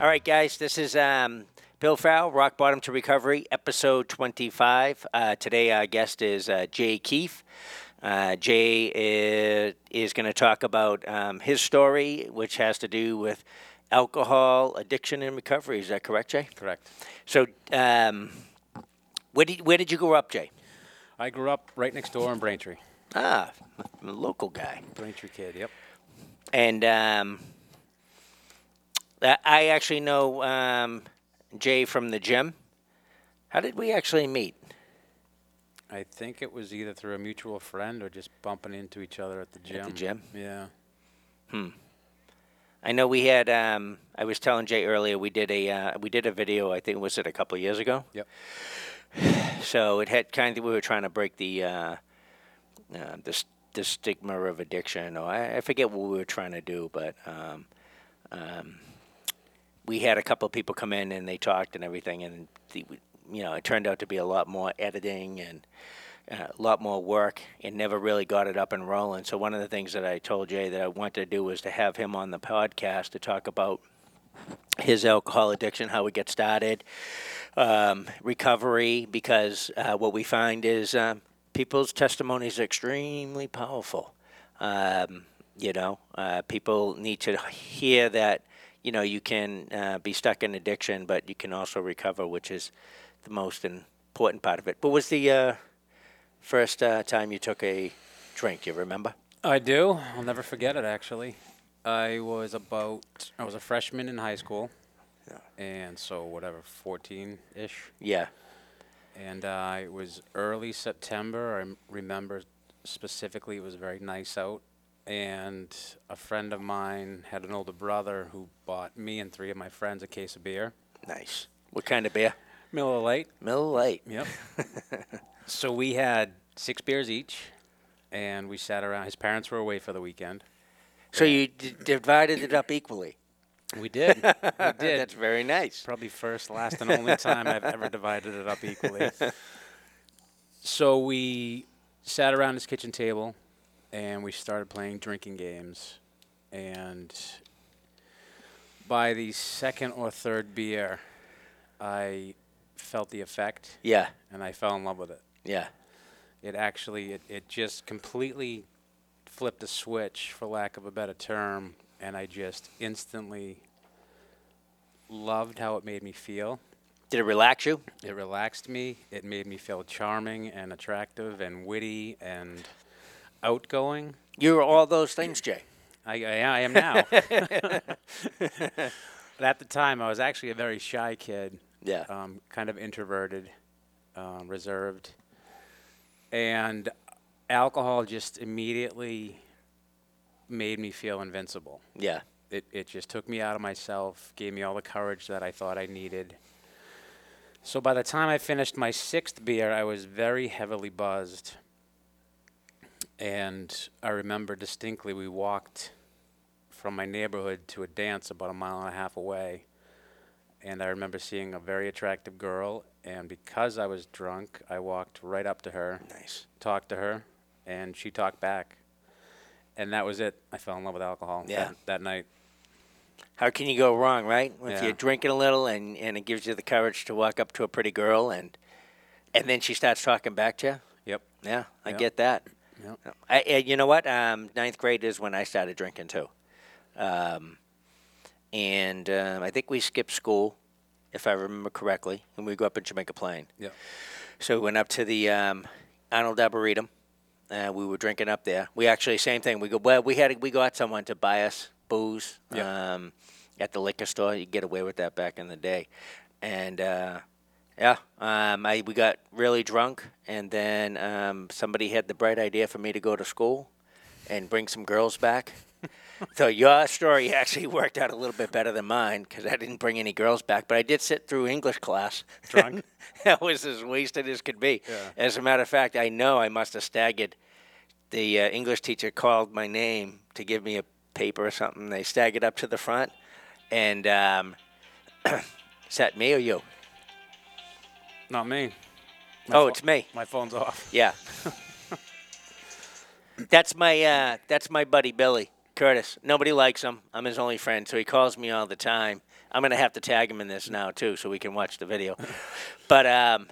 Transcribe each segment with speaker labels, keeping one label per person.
Speaker 1: All right, guys, this is um, Bill Farrell, Rock Bottom to Recovery, episode 25. Uh, today, our guest is uh, Jay Keefe. Uh, Jay is, is going to talk about um, his story, which has to do with alcohol, addiction, and recovery. Is that correct, Jay?
Speaker 2: Correct.
Speaker 1: So, um, where, did, where did you grow up, Jay?
Speaker 2: I grew up right next door in Braintree.
Speaker 1: Ah, I'm a local guy.
Speaker 2: Braintree kid, yep.
Speaker 1: And um, I- I actually know um, Jay from the gym. How did we actually meet?
Speaker 2: I think it was either through a mutual friend or just bumping into each other at the gym.
Speaker 1: gym?
Speaker 2: Yeah.
Speaker 1: I know we had. Um, I was telling Jay earlier we did a uh, we did a video. I think was it a couple of years ago.
Speaker 2: Yep.
Speaker 1: So it had kind of we were trying to break the uh, uh, the s- the stigma of addiction, or I, I forget what we were trying to do, but um, um, we had a couple of people come in and they talked and everything, and the, you know it turned out to be a lot more editing and. uh, A lot more work and never really got it up and rolling. So, one of the things that I told Jay that I wanted to do was to have him on the podcast to talk about his alcohol addiction, how we get started, um, recovery, because uh, what we find is um, people's testimonies are extremely powerful. Um, you know, uh, people need to hear that, you know, you can uh, be stuck in addiction, but you can also recover, which is the most important part of it. What was the uh, first uh, time you took a drink? You remember?
Speaker 2: I do. I'll never forget it, actually. I was about, I was a freshman in high school. And so, whatever, 14 ish.
Speaker 1: Yeah.
Speaker 2: And uh, it was early September. I m- remember specifically it was very nice out. And a friend of mine had an older brother who bought me and three of my friends a case of beer.
Speaker 1: Nice. What kind of beer?
Speaker 2: Miller Lite.
Speaker 1: Miller Lite.
Speaker 2: Yep. so we had six beers each, and we sat around. His parents were away for the weekend.
Speaker 1: So you d- divided it up equally.
Speaker 2: We did. we did.
Speaker 1: That's very nice.
Speaker 2: Probably first, last, and only time I've ever divided it up equally. So we sat around his kitchen table, and we started playing drinking games, and by the second or third beer, I felt the effect,
Speaker 1: Yeah,
Speaker 2: and I fell in love with it.
Speaker 1: yeah,
Speaker 2: it actually it, it just completely flipped a switch for lack of a better term and i just instantly loved how it made me feel
Speaker 1: Did it relax you?
Speaker 2: it relaxed me it made me feel charming and attractive and witty and outgoing
Speaker 1: You were all those things, Jay.
Speaker 2: i, I, I am now but at the time i was actually a very shy kid
Speaker 1: Yeah.
Speaker 2: um, kind of introverted, um, reserved, and alcohol just immediately made me feel invincible.
Speaker 1: yeah,
Speaker 2: It it just took me out of myself, gave me all the courage that I thought I needed. So by the time I finished my sixth beer, I was very heavily buzzed, and I remember distinctly we walked from my neighborhood to a dance about a mile and a half away and I remember seeing a very attractive girl. And because I was drunk, I walked right up to her,
Speaker 1: nice.
Speaker 2: talked to her, and she talked back. And that was it. I fell in love with alcohol
Speaker 1: Yeah.
Speaker 2: that, that night.
Speaker 1: How can you go wrong, right? If
Speaker 2: Yeah.
Speaker 1: you're drinking a little and, and it gives you the courage to walk up to a pretty girl and and then she starts talking back to you.
Speaker 2: Yep.
Speaker 1: Yeah, I
Speaker 2: Yeah.
Speaker 1: get that.
Speaker 2: Yep.
Speaker 1: I, I, you know what? Um, ninth grade is when I started drinking too, um, and um, I think we skipped school, if I remember correctly, and we go up in Jamaica Plain.
Speaker 2: Yep.
Speaker 1: So we went up to the um, Arnold Arboretum. Uh, we were drinking up there. We actually same thing. We go well. We had we got someone to buy us booze
Speaker 2: Yeah.
Speaker 1: um, at the liquor store. You get away with that back in the day, and uh, yeah, um, I we got really drunk, and then um, somebody had the bright idea for me to go to school and bring some girls back. so your story actually worked out a little bit better than mine because I didn't bring any girls back, but I did sit through English class.
Speaker 2: Drunk?
Speaker 1: I was as wasted as could be.
Speaker 2: Yeah.
Speaker 1: As a matter of fact, I know I must have staggered. The uh, English teacher called my name to give me a paper or something. They staggered up to the front, and um, is that me or you?
Speaker 2: Not me.
Speaker 1: oh,
Speaker 2: fo-
Speaker 1: it's me.
Speaker 2: My phone's off.
Speaker 1: Yeah. that's my uh, that's my buddy Billy Curtis. Nobody likes him. I'm his only friend, so he calls me all the time. I'm gonna have to tag him in this now too, so we can watch the video. but um,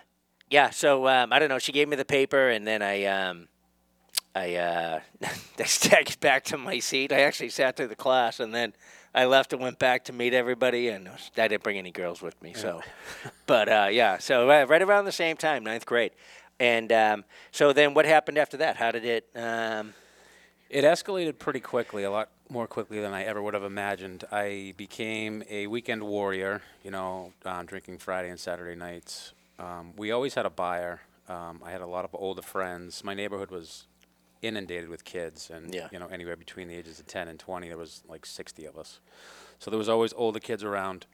Speaker 1: yeah, so um, I don't know. She gave me the paper, and then I. Um, I uh, I staggered back to my seat. I actually sat through the class, and then I left and went back to meet everybody. And I didn't bring any girls with me, so. but uh, yeah, so right, right around the same time, ninth grade, and um, so then what happened after that? How did it? Um,
Speaker 2: It escalated pretty quickly, a lot more quickly than I ever would have imagined. I became a weekend warrior, you know, um, drinking Friday and Saturday nights. Um, we always had a buyer. Um, I had a lot of older friends. My neighborhood was inundated with kids, and
Speaker 1: Yeah.
Speaker 2: you know, anywhere between the ages of 10 and 20, there was like 60 of us. So there was always older kids around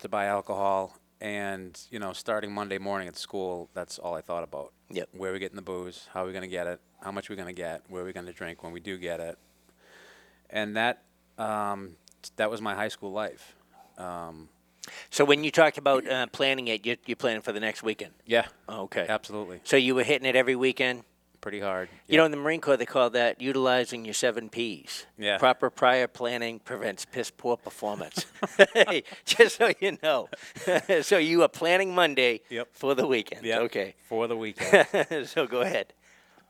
Speaker 2: to buy alcohol. And you know, starting Monday morning at school, that's all I thought about.
Speaker 1: Yep.
Speaker 2: Where are we getting the booze? How are we going to get it? How much are we going to get? Where are we going to drink when we do get it? And that um, t- that was my high school life.
Speaker 1: so when you talk about uh, planning it, you you're planning for the next weekend.
Speaker 2: Yeah.
Speaker 1: Okay.
Speaker 2: Absolutely.
Speaker 1: So you were hitting it every weekend.
Speaker 2: Pretty hard.
Speaker 1: You know, in the Marine Corps, they call that utilizing your seven P's.
Speaker 2: Yeah.
Speaker 1: Proper prior planning prevents piss poor performance. Just so you know. so you are planning Monday
Speaker 2: Yep.
Speaker 1: for the weekend.
Speaker 2: Yeah.
Speaker 1: Okay.
Speaker 2: For the weekend.
Speaker 1: so go ahead.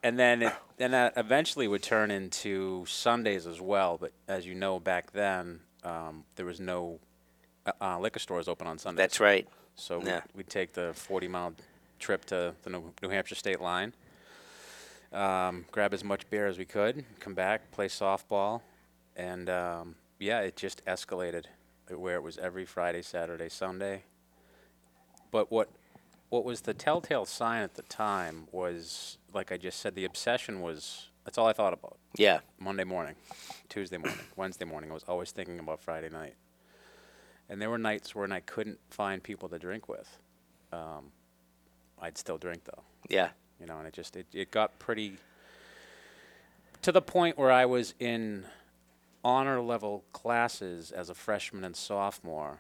Speaker 2: and then it, then that eventually would turn into Sundays as well. But as you know, back then um, there was no uh, uh, liquor stores open on Sundays.
Speaker 1: That's right.
Speaker 2: So
Speaker 1: Yeah.
Speaker 2: we we'd take the 40 mile trip to the New New Hampshire state line, um, grab as much beer as we could, come back, play softball, and um, yeah, it just escalated uh, where it was every Friday, Saturday, Sunday. But what what was the telltale sign at the time was, like I just said, the obsession was that's all I thought about.
Speaker 1: Yeah.
Speaker 2: Monday morning, Tuesday morning, Wednesday morning. I was always thinking about Friday night. And there were nights when I couldn't find people to drink with. Um, I'd still drink though,
Speaker 1: Yeah.
Speaker 2: you know, and it just it, it got pretty to the point where I was in honor level classes as a freshman and sophomore.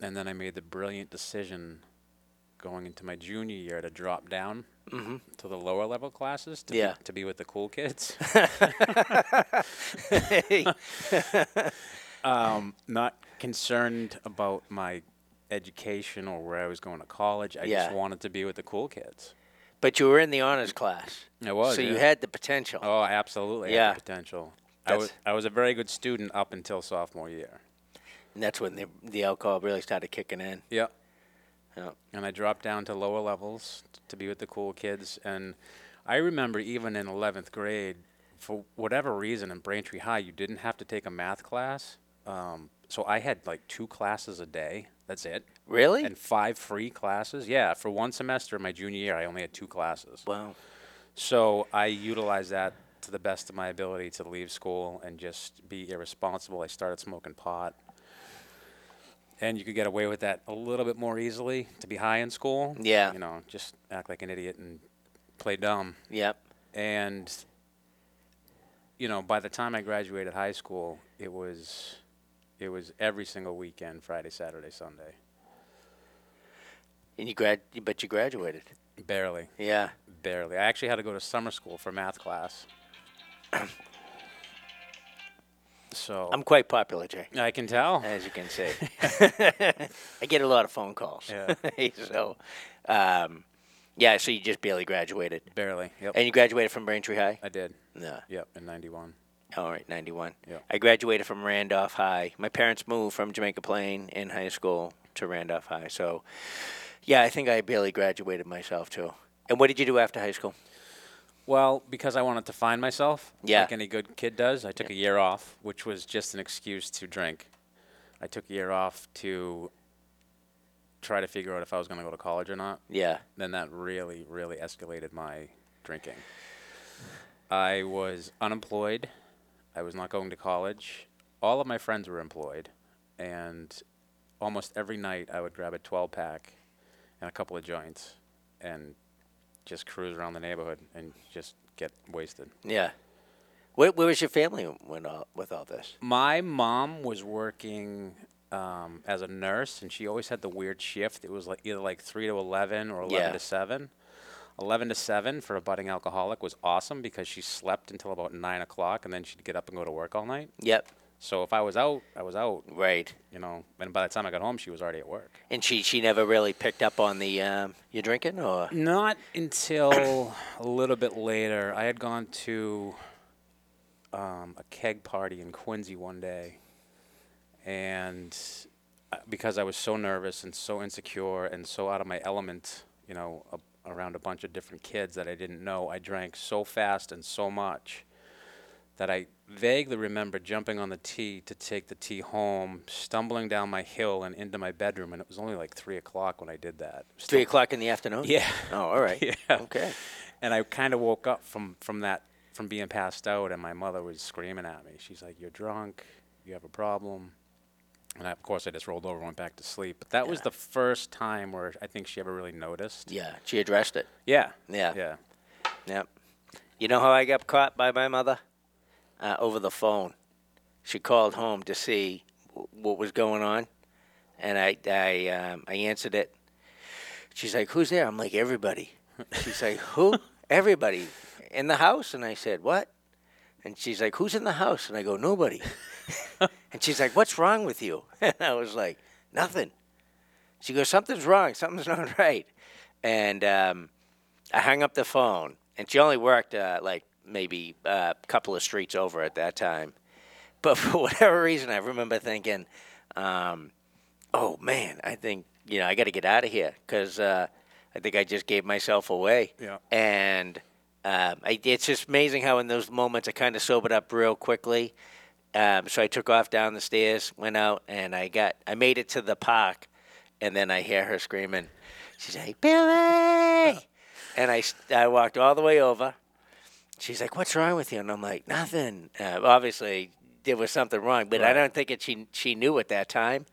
Speaker 2: And then I made the brilliant decision going into my junior year to drop down to the lower level classes to,
Speaker 1: Mm-hmm. Yeah.
Speaker 2: be, to be with the cool kids. Um, not concerned about my education or where I was going to college. I
Speaker 1: Yeah.
Speaker 2: just wanted to be with the cool kids.
Speaker 1: but you were in the honors class.
Speaker 2: I was,
Speaker 1: So you
Speaker 2: yeah.
Speaker 1: had the potential.
Speaker 2: Oh, I absolutely.
Speaker 1: Yeah.
Speaker 2: Had the potential. I was,
Speaker 1: That's-
Speaker 2: I was a very good student up until sophomore year.
Speaker 1: And that's when the, the alcohol really started kicking in.
Speaker 2: Yeah.
Speaker 1: Yeah.
Speaker 2: And I dropped down to lower levels t- to be with the cool kids. And I remember even in 11th grade, for whatever reason in Braintree High, you didn't have to take a math class. Um, so I had like two classes a day. That's it.
Speaker 1: Really?
Speaker 2: and five free classes. Yeah, for one semester in my junior year, I only had two classes.
Speaker 1: wow.
Speaker 2: So I utilized that to the best of my ability to leave school and just be irresponsible. I started smoking pot. And you could get away with that a little bit more easily to be high in school.
Speaker 1: Yeah.
Speaker 2: You know, just act like an idiot and play dumb.
Speaker 1: Yep.
Speaker 2: And, you know, by the time I graduated high school, it was. It was every single weekend, Friday, Saturday, Sunday.
Speaker 1: And you grad, but you graduated.
Speaker 2: Barely.
Speaker 1: Yeah.
Speaker 2: Barely. I actually had to go to summer school for math class. so
Speaker 1: I'm quite popular, Jay.
Speaker 2: i can tell.
Speaker 1: as you can see. I get a lot of phone calls.
Speaker 2: Yeah.
Speaker 1: so, um, yeah, so you just barely graduated.
Speaker 2: Barely. Yep.
Speaker 1: And you graduated from Braintree High?
Speaker 2: I did.
Speaker 1: No.
Speaker 2: Yep. In '91.
Speaker 1: All right, 91.
Speaker 2: Yeah.
Speaker 1: I graduated from Randolph High. My parents moved from Jamaica Plain in high school to Randolph High. So, yeah, I think I barely graduated myself, too. And what did you do after high school?
Speaker 2: Well, because I wanted to find myself,
Speaker 1: Yeah.
Speaker 2: like any good kid does, I took a year off, which was just an excuse to drink. I took a year off to try to figure out if I was going to go to college or not.
Speaker 1: Yeah.
Speaker 2: then that really, really escalated my drinking. I was unemployed. I was not going to college. All of my friends were employed. And almost every night I would grab a 12 pack and a couple of joints and just cruise around the neighborhood and just get wasted.
Speaker 1: Yeah. Where, where was your family when all, with all this?
Speaker 2: My mom was working um, as a nurse, and she always had the weird shift. It was like either like three to eleven or eleven
Speaker 1: Yeah.
Speaker 2: to seven. Eleven to seven for a budding alcoholic was awesome because she slept until about nine o'clock, and then she'd get up and go to work all night.
Speaker 1: Yep.
Speaker 2: So if I was out, I was out,
Speaker 1: Right.
Speaker 2: you know. And by the time I got home, she was already at work.
Speaker 1: And she she never really picked up on the um, you drinking or
Speaker 2: Not until a little bit later. I had gone to um, a keg party in Quincy one day, and uh, because I was so nervous and so insecure and so out of my element, you know, a, around a bunch of different kids that I didn't know, I drank so fast and so much that I vaguely remember jumping on the tee to take the tee home, stumbling down my hill and into my bedroom, and it was only like three o'clock when I did that.
Speaker 1: three o'clock in the afternoon.
Speaker 2: Yeah.
Speaker 1: Oh, all right.
Speaker 2: Yeah.
Speaker 1: Okay.
Speaker 2: And I kind of woke up from from that from being passed out, and my mother was screaming at me. She's like, "You're drunk. You have a problem." And I, of course, I just rolled over, and went back to sleep. But that was the first time where I think she ever really noticed.
Speaker 1: Yeah. She addressed it.
Speaker 2: Yeah.
Speaker 1: Yeah.
Speaker 2: Yeah.
Speaker 1: Yep. You know how I got caught by my mother? Uh, over the phone. She called home to see w- what was going on, and I I um, I answered it. She's like, "Who's there?" I'm like, "Everybody." She's like, "Who?" Everybody in the house, and I said, "What?" And she's like, "Who's in the house?" And I go, "Nobody." and she's like, "What's wrong with you?" And I was like, "Nothing." She goes, "Something's wrong. Something's not right." And um, I hung up the phone, and she only worked uh, like maybe a couple of streets over at that time. But for whatever reason, I remember thinking, um, "Oh man, I think you know I got to get out of here because uh, I think I just gave myself away."
Speaker 2: Yeah.
Speaker 1: And um, I, it's just amazing how in those moments I kind of sobered up real quickly. Um, so I took off down the stairs, went out, and I got I made it to the park, and then I hear her screaming. She's like, "Billy!" and I, s- I walked all the way over. She's like, "What's wrong with you?" And I'm like, "Nothing." Uh, obviously, there was something wrong, but I
Speaker 2: Right.
Speaker 1: don't think it, she she knew at that time.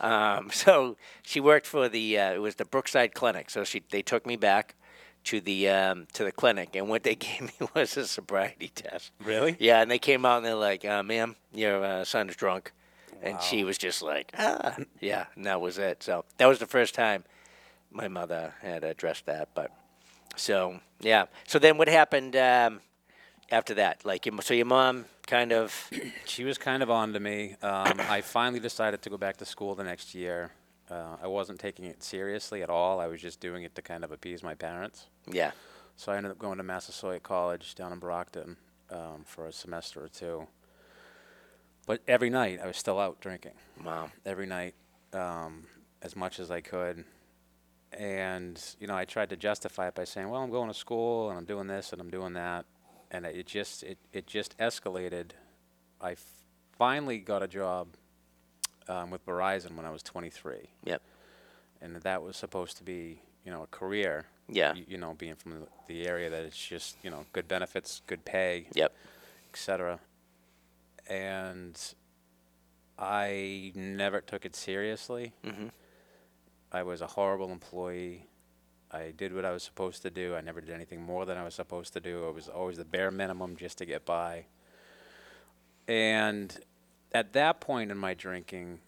Speaker 1: Um, so she worked for the uh, it was the Brookside Clinic. So she they took me back to the um, to the clinic, and what they gave me was a sobriety test.
Speaker 2: Really?
Speaker 1: Yeah, and they came out and they're like, uh, "Ma'am, your uh, son's drunk," and
Speaker 2: Wow.
Speaker 1: she was just like, "Ah, yeah," and that was it. So that was the first time my mother had addressed that. But so yeah, so then what happened um, after that? Like, your, so your mom kind of
Speaker 2: She was kind of on to me. Um, I finally decided to go back to school the next year. Uh, I wasn't taking it seriously at all. I was just doing it to kind of appease my parents.
Speaker 1: yeah,
Speaker 2: So I ended up going to Massasoit College down in Brockton um, for a semester or two. But every night I was still out drinking.
Speaker 1: wow,
Speaker 2: Every night, um, as much as I could. And you know, I tried to justify it by saying, "Well, I'm going to school and I'm doing this and I'm doing that," and it just it, it just escalated. I f- finally got a job um, with Verizon when I was 23
Speaker 1: yep,
Speaker 2: and that was supposed to be you know a career
Speaker 1: Yeah.
Speaker 2: y- you, know being from the, the area that it's just you know good benefits good pay
Speaker 1: yep,
Speaker 2: etc and i never took it seriously
Speaker 1: Mhm.
Speaker 2: i was a horrible employee i did what i was supposed to do i never did anything more than i was supposed to do it was always the bare minimum just to get by and at that point in my drinking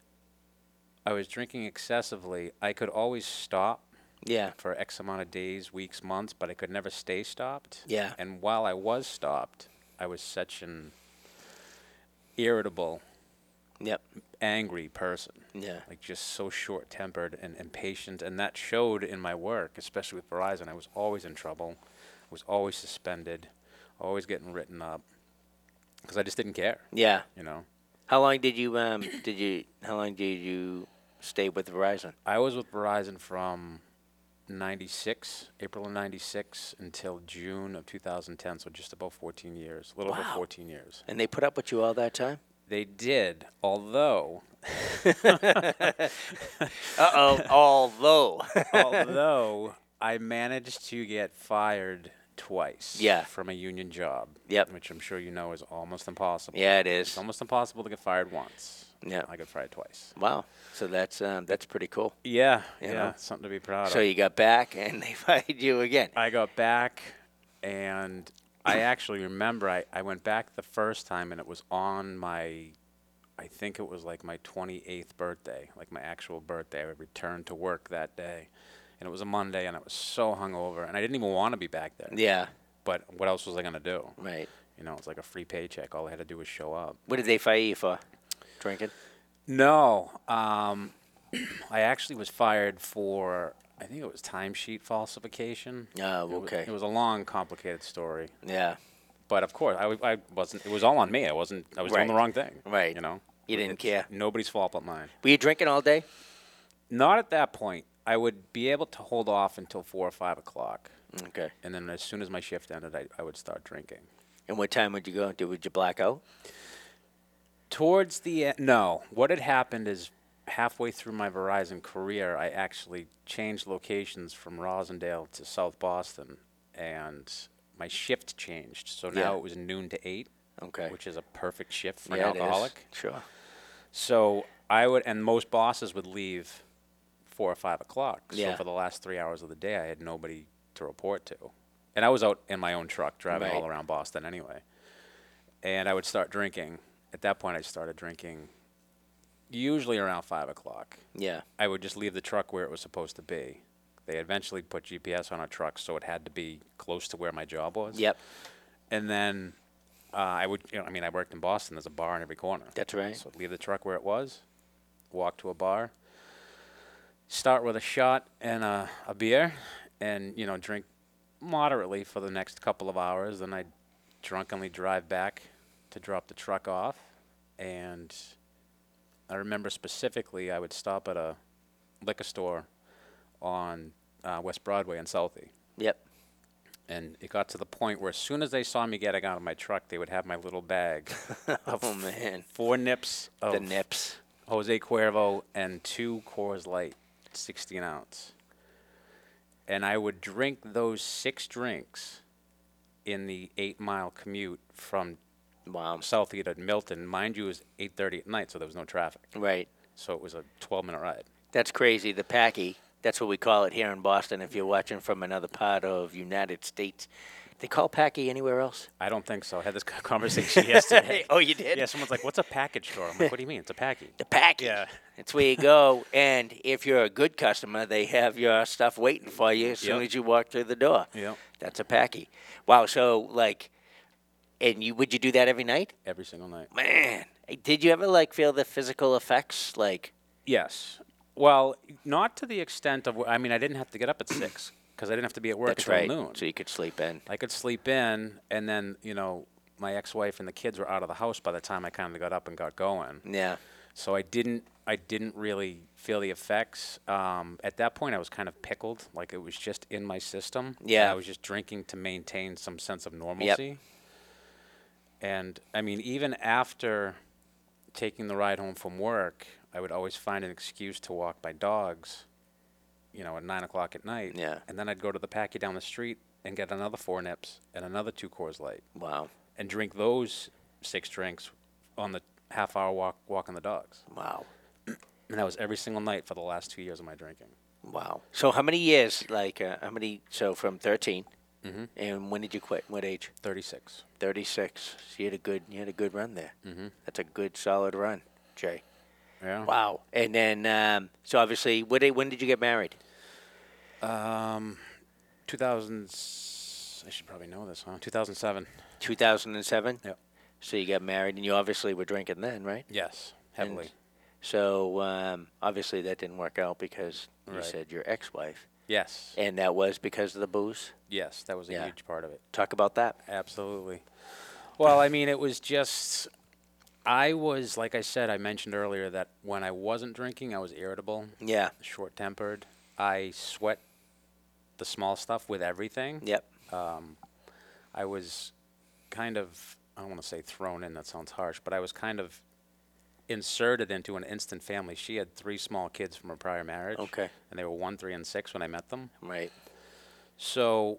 Speaker 2: i was drinking excessively i could always stop
Speaker 1: yeah,
Speaker 2: for X amount of days, weeks, months, but I could never stay stopped.
Speaker 1: Yeah.
Speaker 2: And while I was stopped, I was such an irritable,
Speaker 1: yep,
Speaker 2: angry person,
Speaker 1: yeah,
Speaker 2: like just so short tempered and impatient. And that showed in my work, especially with Verizon. I was always in trouble, was always suspended, always getting written up because I just didn't care,
Speaker 1: yeah.
Speaker 2: you know.
Speaker 1: How long did you um did you how long did you stay with Verizon?
Speaker 2: I was with Verizon from 96, April of 96 until June of 2010, so just about 14 years, a little over
Speaker 1: Wow.
Speaker 2: 14 years.
Speaker 1: And they put up with you all that time?
Speaker 2: They did, although
Speaker 1: Uh oh. Although.
Speaker 2: although I managed to get fired twice
Speaker 1: Yeah.
Speaker 2: from a union job,
Speaker 1: Yep.
Speaker 2: which I'm sure you know is almost impossible.
Speaker 1: yeah, it
Speaker 2: It's
Speaker 1: is.
Speaker 2: almost impossible to get fired once.
Speaker 1: Yeah.
Speaker 2: I got fired twice.
Speaker 1: Wow. So that's um, that's pretty cool.
Speaker 2: Yeah,
Speaker 1: You
Speaker 2: yeah,
Speaker 1: know?
Speaker 2: something to be proud
Speaker 1: So
Speaker 2: of.
Speaker 1: you got back and they fired you again.
Speaker 2: I got back, and I actually remember I, I went back the first time, and it was on my, I think it was like my 28th birthday, like my actual birthday. I returned to work that day, and it was a Monday, and I was so hungover, and I didn't even want to be back there.
Speaker 1: Yeah.
Speaker 2: But what else was I gonna do?
Speaker 1: Right.
Speaker 2: You know, it was like a free paycheck. All I had to do was show up.
Speaker 1: What did they fire you for? drinking?
Speaker 2: No, um, I actually was fired for I think it was timesheet falsification.
Speaker 1: Oh,
Speaker 2: It wa-
Speaker 1: okay.
Speaker 2: It was a long, complicated story,
Speaker 1: Yeah.
Speaker 2: but of course, I, w- I wasn't. It was all on me. I wasn't. I was doing the
Speaker 1: Right.
Speaker 2: wrong thing.
Speaker 1: Right.
Speaker 2: You know.
Speaker 1: You didn't care.
Speaker 2: Nobody's fault but mine.
Speaker 1: Were you drinking all day?
Speaker 2: Not at that point. I would be able to hold off until four or five o'clock,
Speaker 1: Okay.
Speaker 2: and then as soon as my shift ended, I, I would start drinking.
Speaker 1: And what time would you go? Did would you black out?
Speaker 2: Towards the end, no. What had happened is halfway through my Verizon career, I actually changed locations from Rosendale to South Boston, and my shift changed. So now
Speaker 1: Yeah.
Speaker 2: it was noon to eight,
Speaker 1: Okay.
Speaker 2: which is a perfect shift for
Speaker 1: Yeah, it
Speaker 2: an
Speaker 1: is.
Speaker 2: alcoholic.
Speaker 1: Sure.
Speaker 2: So I would, and most bosses would leave four or five o'clock.
Speaker 1: Yeah.
Speaker 2: So for the last three hours of the day, I had nobody to report to, and I was out in my own truck driving all
Speaker 1: Right.
Speaker 2: around Boston anyway. And I would start drinking. At that point, I started drinking usually around five o'clock.
Speaker 1: Yeah.
Speaker 2: I would just leave the truck where it was supposed to be. They eventually put GPS on our truck, so it had to be close to where my job was.
Speaker 1: Yep.
Speaker 2: And then uh, I would, you know, I mean, I worked in Boston. There's a bar in every corner.
Speaker 1: That's right.
Speaker 2: So I'd leave the truck where it was, walk to a bar, start with a shot and a, a beer, and you know drink moderately for the next couple of hours. Then I'd drunkenly drive back to drop the truck off, and I remember specifically I would stop at a liquor store on uh, West Broadway in Southie.
Speaker 1: Yep.
Speaker 2: And it got to the point where as soon as they saw me getting out of my truck, they would have my little bag of
Speaker 1: Oh man.
Speaker 2: four nips of
Speaker 1: The nips.
Speaker 2: Jose Cuervo and two Coors Light, 16 ounce. And I would drink those six drinks in the eight mile commute from
Speaker 1: Wow.
Speaker 2: Southie to Milton. Mind you, it was 8:30 at night, so there was no traffic.
Speaker 1: Right.
Speaker 2: So it was a 12 minute ride.
Speaker 1: That's crazy. The packy. That's what we call it here in Boston. If you're watching from another part of United States, they call packy anywhere else.
Speaker 2: I don't think so. I had this conversation yesterday.
Speaker 1: oh, you did.
Speaker 2: Yeah, someone's like, "What's a package store?" I'm like, "What do you mean? It's a package."
Speaker 1: The packy.
Speaker 2: Yeah.
Speaker 1: It's where you go, and if you're a good customer, they have your stuff waiting for you as soon
Speaker 2: Yep.
Speaker 1: as you walk through the door.
Speaker 2: Yep.
Speaker 1: That's a packy. Wow. So like, and you would you do that every night?
Speaker 2: Every single night.
Speaker 1: Man, did you ever like feel the physical effects? Like,
Speaker 2: Yes. Well, not to the extent of. wh- I mean, I didn't have to get up at six because I didn't have to be at work
Speaker 1: that's
Speaker 2: until
Speaker 1: right.
Speaker 2: noon.
Speaker 1: So you could sleep in.
Speaker 2: I could sleep in, and then you know my ex-wife and the kids were out of the house by the time I kind of got up and got going.
Speaker 1: Yeah.
Speaker 2: So I didn't I didn't really feel the effects. Um, at that point, I was kind of pickled, like it was just in my system. and
Speaker 1: Yeah.
Speaker 2: I was just drinking to maintain some sense of normalcy. And I mean, even after taking the ride home from work, I would always find an excuse to walk my dogs. You know, at nine o'clock at night.
Speaker 1: Yeah.
Speaker 2: And then I'd go to the packy down the street and get another four nips and another two Coors Light
Speaker 1: Wow.
Speaker 2: and drink those six drinks on the half hour walk walking the dogs.
Speaker 1: Wow.
Speaker 2: And that was every single night for the last two years of my drinking.
Speaker 1: Wow. So how many years? Like, uh, how many? So from 13 and when did you quit? What age?
Speaker 2: 36.
Speaker 1: Thirty-six. So you had a good, you had a good run there. Mm-hmm. That's a good, solid run, Jay.
Speaker 2: Yeah.
Speaker 1: Wow. And then, um, so obviously, what, day- when did you get married?
Speaker 2: 2000. Um, I should probably know this, huh? 2007.
Speaker 1: 2007.
Speaker 2: Yep.
Speaker 1: So you got married, and you obviously were drinking then, right?
Speaker 2: Yes. Heavily.
Speaker 1: So um, obviously that didn't work out because you
Speaker 2: Right.
Speaker 1: said your ex-wife,
Speaker 2: yes.
Speaker 1: and that was because of the booze.
Speaker 2: yes. That was a
Speaker 1: Yeah.
Speaker 2: huge part of it.
Speaker 1: Talk about that.
Speaker 2: Absolutely. Well, I mean, it was just. I was, like I said, I mentioned earlier that when I wasn't drinking, I was irritable,
Speaker 1: Yeah.
Speaker 2: short tempered. I sweat the small stuff with everything.
Speaker 1: Yep.
Speaker 2: I was kind of I don't want to say thrown in that sounds harsh, but I was kind of inserted into an instant family. She had three small kids from her prior marriage.
Speaker 1: Okay.
Speaker 2: And they were 1, 3 and 6 when I met them.
Speaker 1: Right.
Speaker 2: So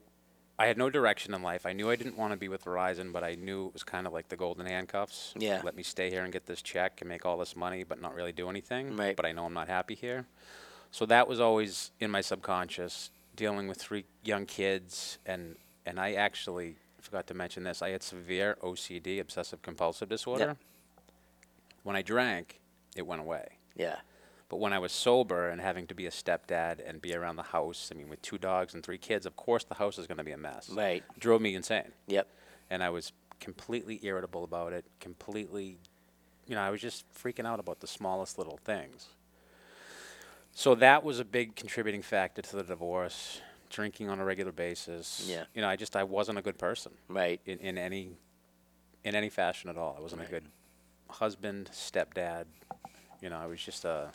Speaker 2: I had no direction in life. I knew I didn't want to be with Verizon, but I knew it was kind of like the golden handcuffs.
Speaker 1: Yeah.
Speaker 2: Let me stay here and get this check and make all this money, but not really do anything.
Speaker 1: Right.
Speaker 2: But I know I'm not happy here. So that was always in my subconscious, dealing with three young kids, and and I actually forgot to mention this. I had severe OCD, obsessive compulsive disorder. When I drank, it went away.
Speaker 1: Yeah.
Speaker 2: But when I was sober and having to be a stepdad and be around the house, I mean, with two dogs and three kids, of course the house is going to be a mess.
Speaker 1: Right.
Speaker 2: Drove me insane.
Speaker 1: Yep.
Speaker 2: And I was completely irritable about it, completely you know, I was just freaking out about the smallest little things. So that was a big contributing factor to the divorce. Drinking on a regular basis.
Speaker 1: Yeah.
Speaker 2: You know, I just I wasn't a good person
Speaker 1: Right.
Speaker 2: in, in any in any fashion at all. I wasn't a good husband, stepdad. You know, I was just a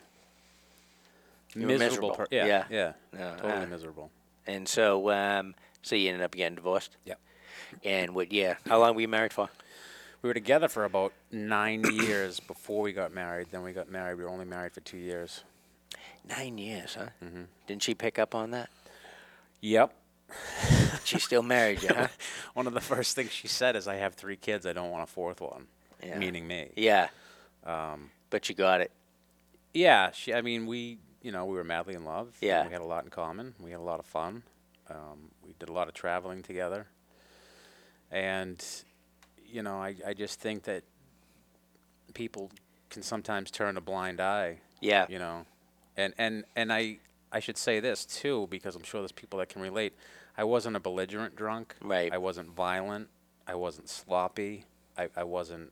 Speaker 1: You were miserable.
Speaker 2: per- yeah,
Speaker 1: Yeah.
Speaker 2: yeah,
Speaker 1: No,
Speaker 2: totally
Speaker 1: uh,
Speaker 2: miserable.
Speaker 1: And so, um, so you ended up getting divorced.
Speaker 2: Yep.
Speaker 1: And what? Yeah. How long were you married for?
Speaker 2: We were together for about nine years before we got married. Then we got married. We were only married for two years.
Speaker 1: Nine years, huh? Mm-hmm. Didn't she pick up on that?
Speaker 2: Yep.
Speaker 1: She still married you, huh?
Speaker 2: One of the first things she said is, "I have three kids. I don't want a fourth one."
Speaker 1: Yeah.
Speaker 2: Meaning me.
Speaker 1: Yeah. Um, but you got it.
Speaker 2: Yeah, she. I mean, we. You know, we were madly in love. and
Speaker 1: Yeah.
Speaker 2: we had a lot in common. We had a lot of fun. Um, we did a lot of traveling together. And, you know, I, I just think that people can sometimes turn a blind eye.
Speaker 1: Yeah.
Speaker 2: You know, and and and I I should say this too because I'm sure there's people that can relate. I wasn't a belligerent drunk.
Speaker 1: Right.
Speaker 2: I wasn't violent. I wasn't sloppy. I, I wasn't.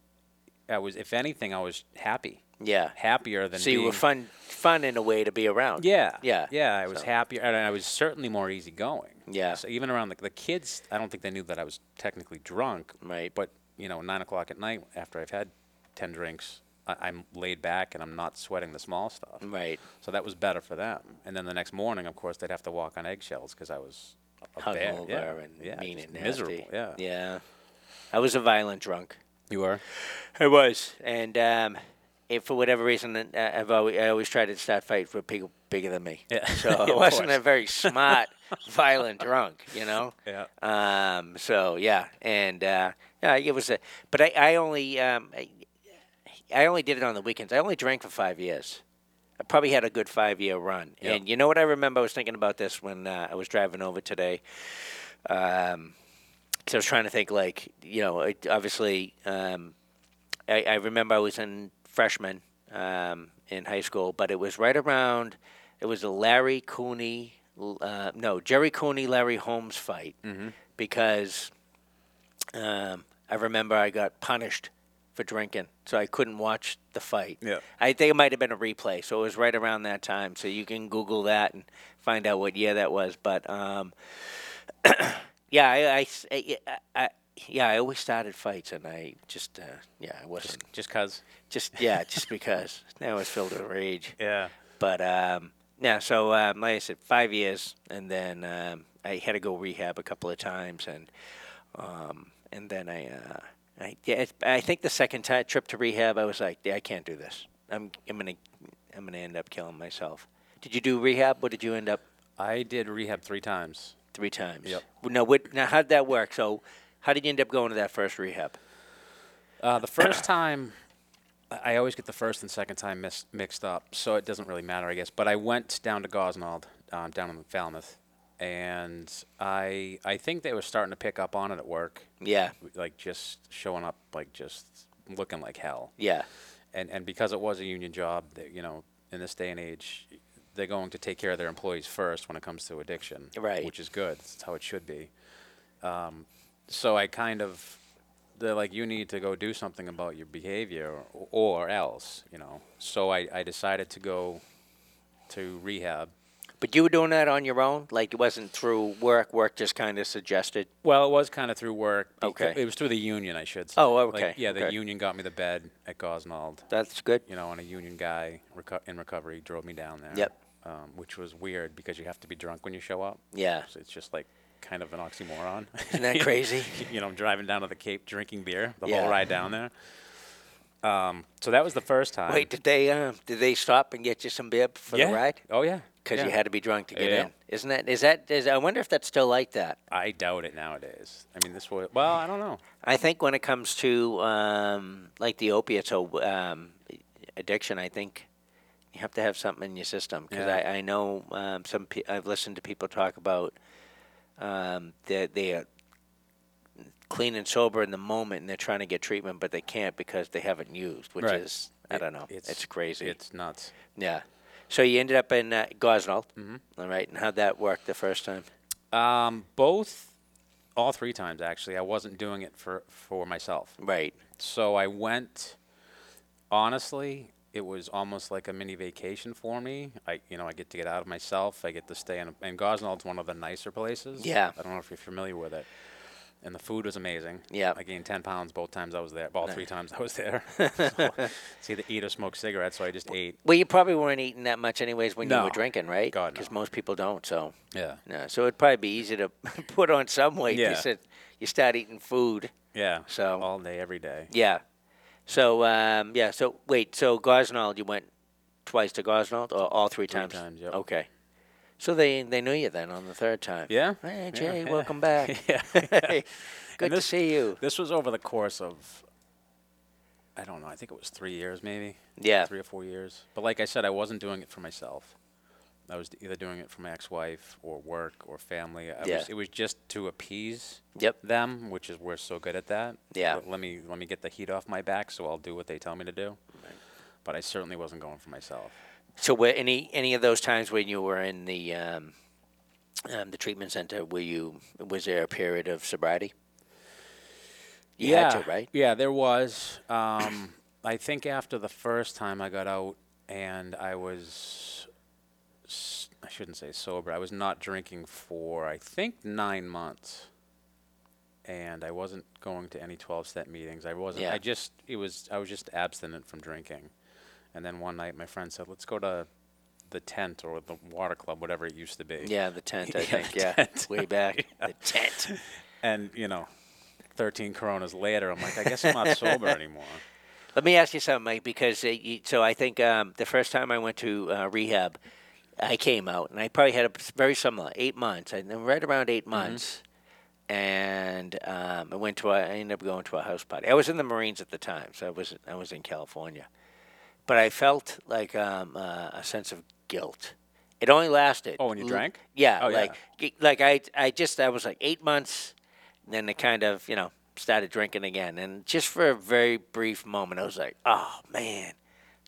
Speaker 2: I was, if anything, I was happy.
Speaker 1: Yeah.
Speaker 2: Happier than
Speaker 1: So you were
Speaker 2: being-
Speaker 1: fun, fun in a way to be around.
Speaker 2: yeah.
Speaker 1: Yeah.
Speaker 2: Yeah. I was
Speaker 1: So-
Speaker 2: happier, and I was certainly more easygoing.
Speaker 1: Yeah.
Speaker 2: So even around the, the kids, I don't think they knew that I was technically drunk.
Speaker 1: Right.
Speaker 2: But you know, nine o'clock at night after I've had ten drinks, I, I'm laid back and I'm not sweating the small stuff.
Speaker 1: Right.
Speaker 2: So that was better for them. And then the next morning, of course, they'd have to walk on eggshells because I was a bear.
Speaker 1: Hungover
Speaker 2: yeah.
Speaker 1: and
Speaker 2: yeah,
Speaker 1: mean
Speaker 2: just
Speaker 1: and nasty.
Speaker 2: miserable. Yeah.
Speaker 1: Yeah. I was a violent drunk.
Speaker 2: You were.
Speaker 1: I was, and um, if for whatever reason, uh, I've always, I always tried to start fights with people bigger than me.
Speaker 2: Yeah.
Speaker 1: So
Speaker 2: Of
Speaker 1: I wasn't a
Speaker 2: course.
Speaker 1: very smart, violent drunk, you know.
Speaker 2: Yeah.
Speaker 1: Um. So yeah, and uh, yeah, it was a. But I, I only, um, I, I only did it on the weekends. I only drank for five years. I probably had a good five year run.
Speaker 2: Yeah.
Speaker 1: And you know what I remember? I was thinking about this when uh, I was driving over today. Um, because I was trying to think, like, you know, it, obviously, um, I, I remember I was in freshman um, in high school, but it was right around, it was a Larry Cooney, uh, no, Jerry Cooney, Larry Holmes fight because um, I remember I got punished for drinking, so I couldn't watch the fight.
Speaker 2: Yeah.
Speaker 1: I think it might have been a replay, so it was right around that time. So you can Google that and find out what year that was. But um, yeah, I, I s- I- I- I- yeah, I always started fights, and I just uh, yeah, I wasn't
Speaker 2: Just cause.
Speaker 1: just yeah, just because I was filled with rage.
Speaker 2: Yeah.
Speaker 1: But um, yeah, so um, like I said, five years, and then um, I had to go rehab a couple of times, and um, and then I, uh, I, yeah, it's- I think the second time trip to rehab, I was like, yeah, I can't do this. I'm, I'm gonna, I'm gonna end up killing myself. Did you do rehab? What did you end up?
Speaker 2: I did rehab three times.
Speaker 1: Three times.
Speaker 2: Yep.
Speaker 1: Now, what, now how did that work? So, how did you end up going to that first rehab?
Speaker 2: Uh, the first time, I I always get the first and second time mis- mixed up, so it doesn't really matter, I guess. But I went down to Gosnold, um, down in Falmouth, and I I think they were starting to pick up on it at work,
Speaker 1: Yeah.
Speaker 2: like just showing up, like just looking like hell.
Speaker 1: Yeah.
Speaker 2: And and because it was a union job, that, you know, in this day and age, they're going to take care of their employees first when it comes to addiction,
Speaker 1: Right.
Speaker 2: Which is good. That's how it should be. Um, so I kind of they're like, you need to go do something about your behavior, or, or else, you know. So I, I decided to go to rehab.
Speaker 1: But you were doing that on your own, like it wasn't through work. Work just kind of suggested.
Speaker 2: Well, it was kind of through work. beca-
Speaker 1: Okay.
Speaker 2: It was through the union, I should say.
Speaker 1: Oh,
Speaker 2: Like,
Speaker 1: okay,
Speaker 2: yeah, the
Speaker 1: okay.
Speaker 2: union got me the bed at Gosnold.
Speaker 1: That's good.
Speaker 2: you know, and a union guy reco- in recovery drove me down there.
Speaker 1: Yep.
Speaker 2: Um, which was weird because you have to be drunk when you show up.
Speaker 1: Yeah.
Speaker 2: So it's just like kind of an oxymoron.
Speaker 1: Isn't that crazy?
Speaker 2: you know, I'm driving down to the Cape drinking beer the
Speaker 1: Yeah.
Speaker 2: whole ride down there. Um, so that was the first time.
Speaker 1: Wait, did they um, did they stop and get you some beer for
Speaker 2: yeah.
Speaker 1: the ride?
Speaker 2: Oh yeah.
Speaker 1: Because
Speaker 2: yeah.
Speaker 1: you had to be drunk to get
Speaker 2: Yeah.
Speaker 1: in, isn't that? Is that? Is I wonder if that's still like that.
Speaker 2: I doubt it nowadays. I mean, this was well, I don't know.
Speaker 1: I think when it comes to um, like the opiates or um, addiction, I think you have to have something in your system because
Speaker 2: Yeah.
Speaker 1: I, I know um, some. Pe- I've listened to people talk about um, that they are clean and sober in the moment and they're trying to get treatment, but they can't because they haven't used, which
Speaker 2: Right.
Speaker 1: is I
Speaker 2: It-
Speaker 1: don't know. It's, crazy.
Speaker 2: It's nuts.
Speaker 1: Yeah. So you ended up in uh, Gosnell,
Speaker 2: Mm-hmm.
Speaker 1: all right? And how'd that work the first time?
Speaker 2: Um, both, all three times actually, I wasn't doing it for for myself.
Speaker 1: Right.
Speaker 2: So I went honestly, it was almost like a mini vacation for me. I, you know, I get to get out of myself. I get to stay in. A, and Gosnold's one of the nicer places.
Speaker 1: Yeah.
Speaker 2: I don't know if you're familiar with it. And the food was amazing.
Speaker 1: Yeah.
Speaker 2: I gained 10 pounds both times I was there. All three times I was there. it's either eat or smoke cigarettes, so I just ate.
Speaker 1: Well, you probably weren't eating that much anyways when you
Speaker 2: No.
Speaker 1: were drinking, right?
Speaker 2: God, no.
Speaker 1: Because most people don't. So
Speaker 2: Yeah.
Speaker 1: no. So it'd probably be easy to put on some weight.
Speaker 2: Yeah.
Speaker 1: You said you start eating food.
Speaker 2: Yeah.
Speaker 1: So-
Speaker 2: all day, every day.
Speaker 1: Yeah. So um, yeah. So wait. So Gosnold, you went twice to Gosnold, or all three times?
Speaker 2: times, yep.
Speaker 1: Okay. So they they knew you then on the third time.
Speaker 2: Yeah.
Speaker 1: Hey
Speaker 2: Yeah.
Speaker 1: Jay, welcome back.
Speaker 2: yeah.
Speaker 1: Hey, Good
Speaker 2: And
Speaker 1: to
Speaker 2: this-
Speaker 1: see you.
Speaker 2: This was over the course of, I don't know, I think it was three years maybe.
Speaker 1: Yeah.
Speaker 2: Three or four years. But like I said, I wasn't doing it for myself. I was either doing it for my ex wife or work or family. I
Speaker 1: Yeah.
Speaker 2: was, it was just to appease
Speaker 1: Yep.
Speaker 2: them, which is we're so good at that.
Speaker 1: Yeah.
Speaker 2: Let, let me let me get the heat off my back so I'll do what they tell me to do. But I certainly wasn't going for myself.
Speaker 1: So were any any of those times when you were in the um, um, the treatment center, were you was there a period of sobriety? You had to, right?
Speaker 2: Yeah, there was. Um, I think after the first time I got out and I was, s- I shouldn't say sober, I was not drinking for, I think, nine months. And I wasn't going to any 12 step meetings. I wasn't,
Speaker 1: Yeah.
Speaker 2: I just, it was, I was just abstinent from drinking. And then one night my friend said, let's go to the tent or the water club, whatever it used to be.
Speaker 1: Yeah, the tent, I
Speaker 2: Yeah,
Speaker 1: think.
Speaker 2: the
Speaker 1: Yeah,
Speaker 2: tent.
Speaker 1: way back. The tent.
Speaker 2: And, you know, 13 coronas later, I'm like, I guess I'm not sober anymore.
Speaker 1: Let me ask you something, Mike, because uh, you, so I think um, the first time I went to uh, rehab, I came out, and I probably had a s- very similar eight months, and then right around 8
Speaker 2: Mm-hmm.
Speaker 1: months, and um, I went to a, I ended up going to a house party. I was in the Marines at the time, so I was I was in California, but I felt like um, uh, a sense of guilt. It only lasted.
Speaker 2: Oh, when you
Speaker 1: l-
Speaker 2: drank?
Speaker 1: Yeah,
Speaker 2: Oh, yeah.
Speaker 1: like g- like I I just I was like eight months, and then I kind of you know started drinking again, and just for a very brief moment, I was like, oh man,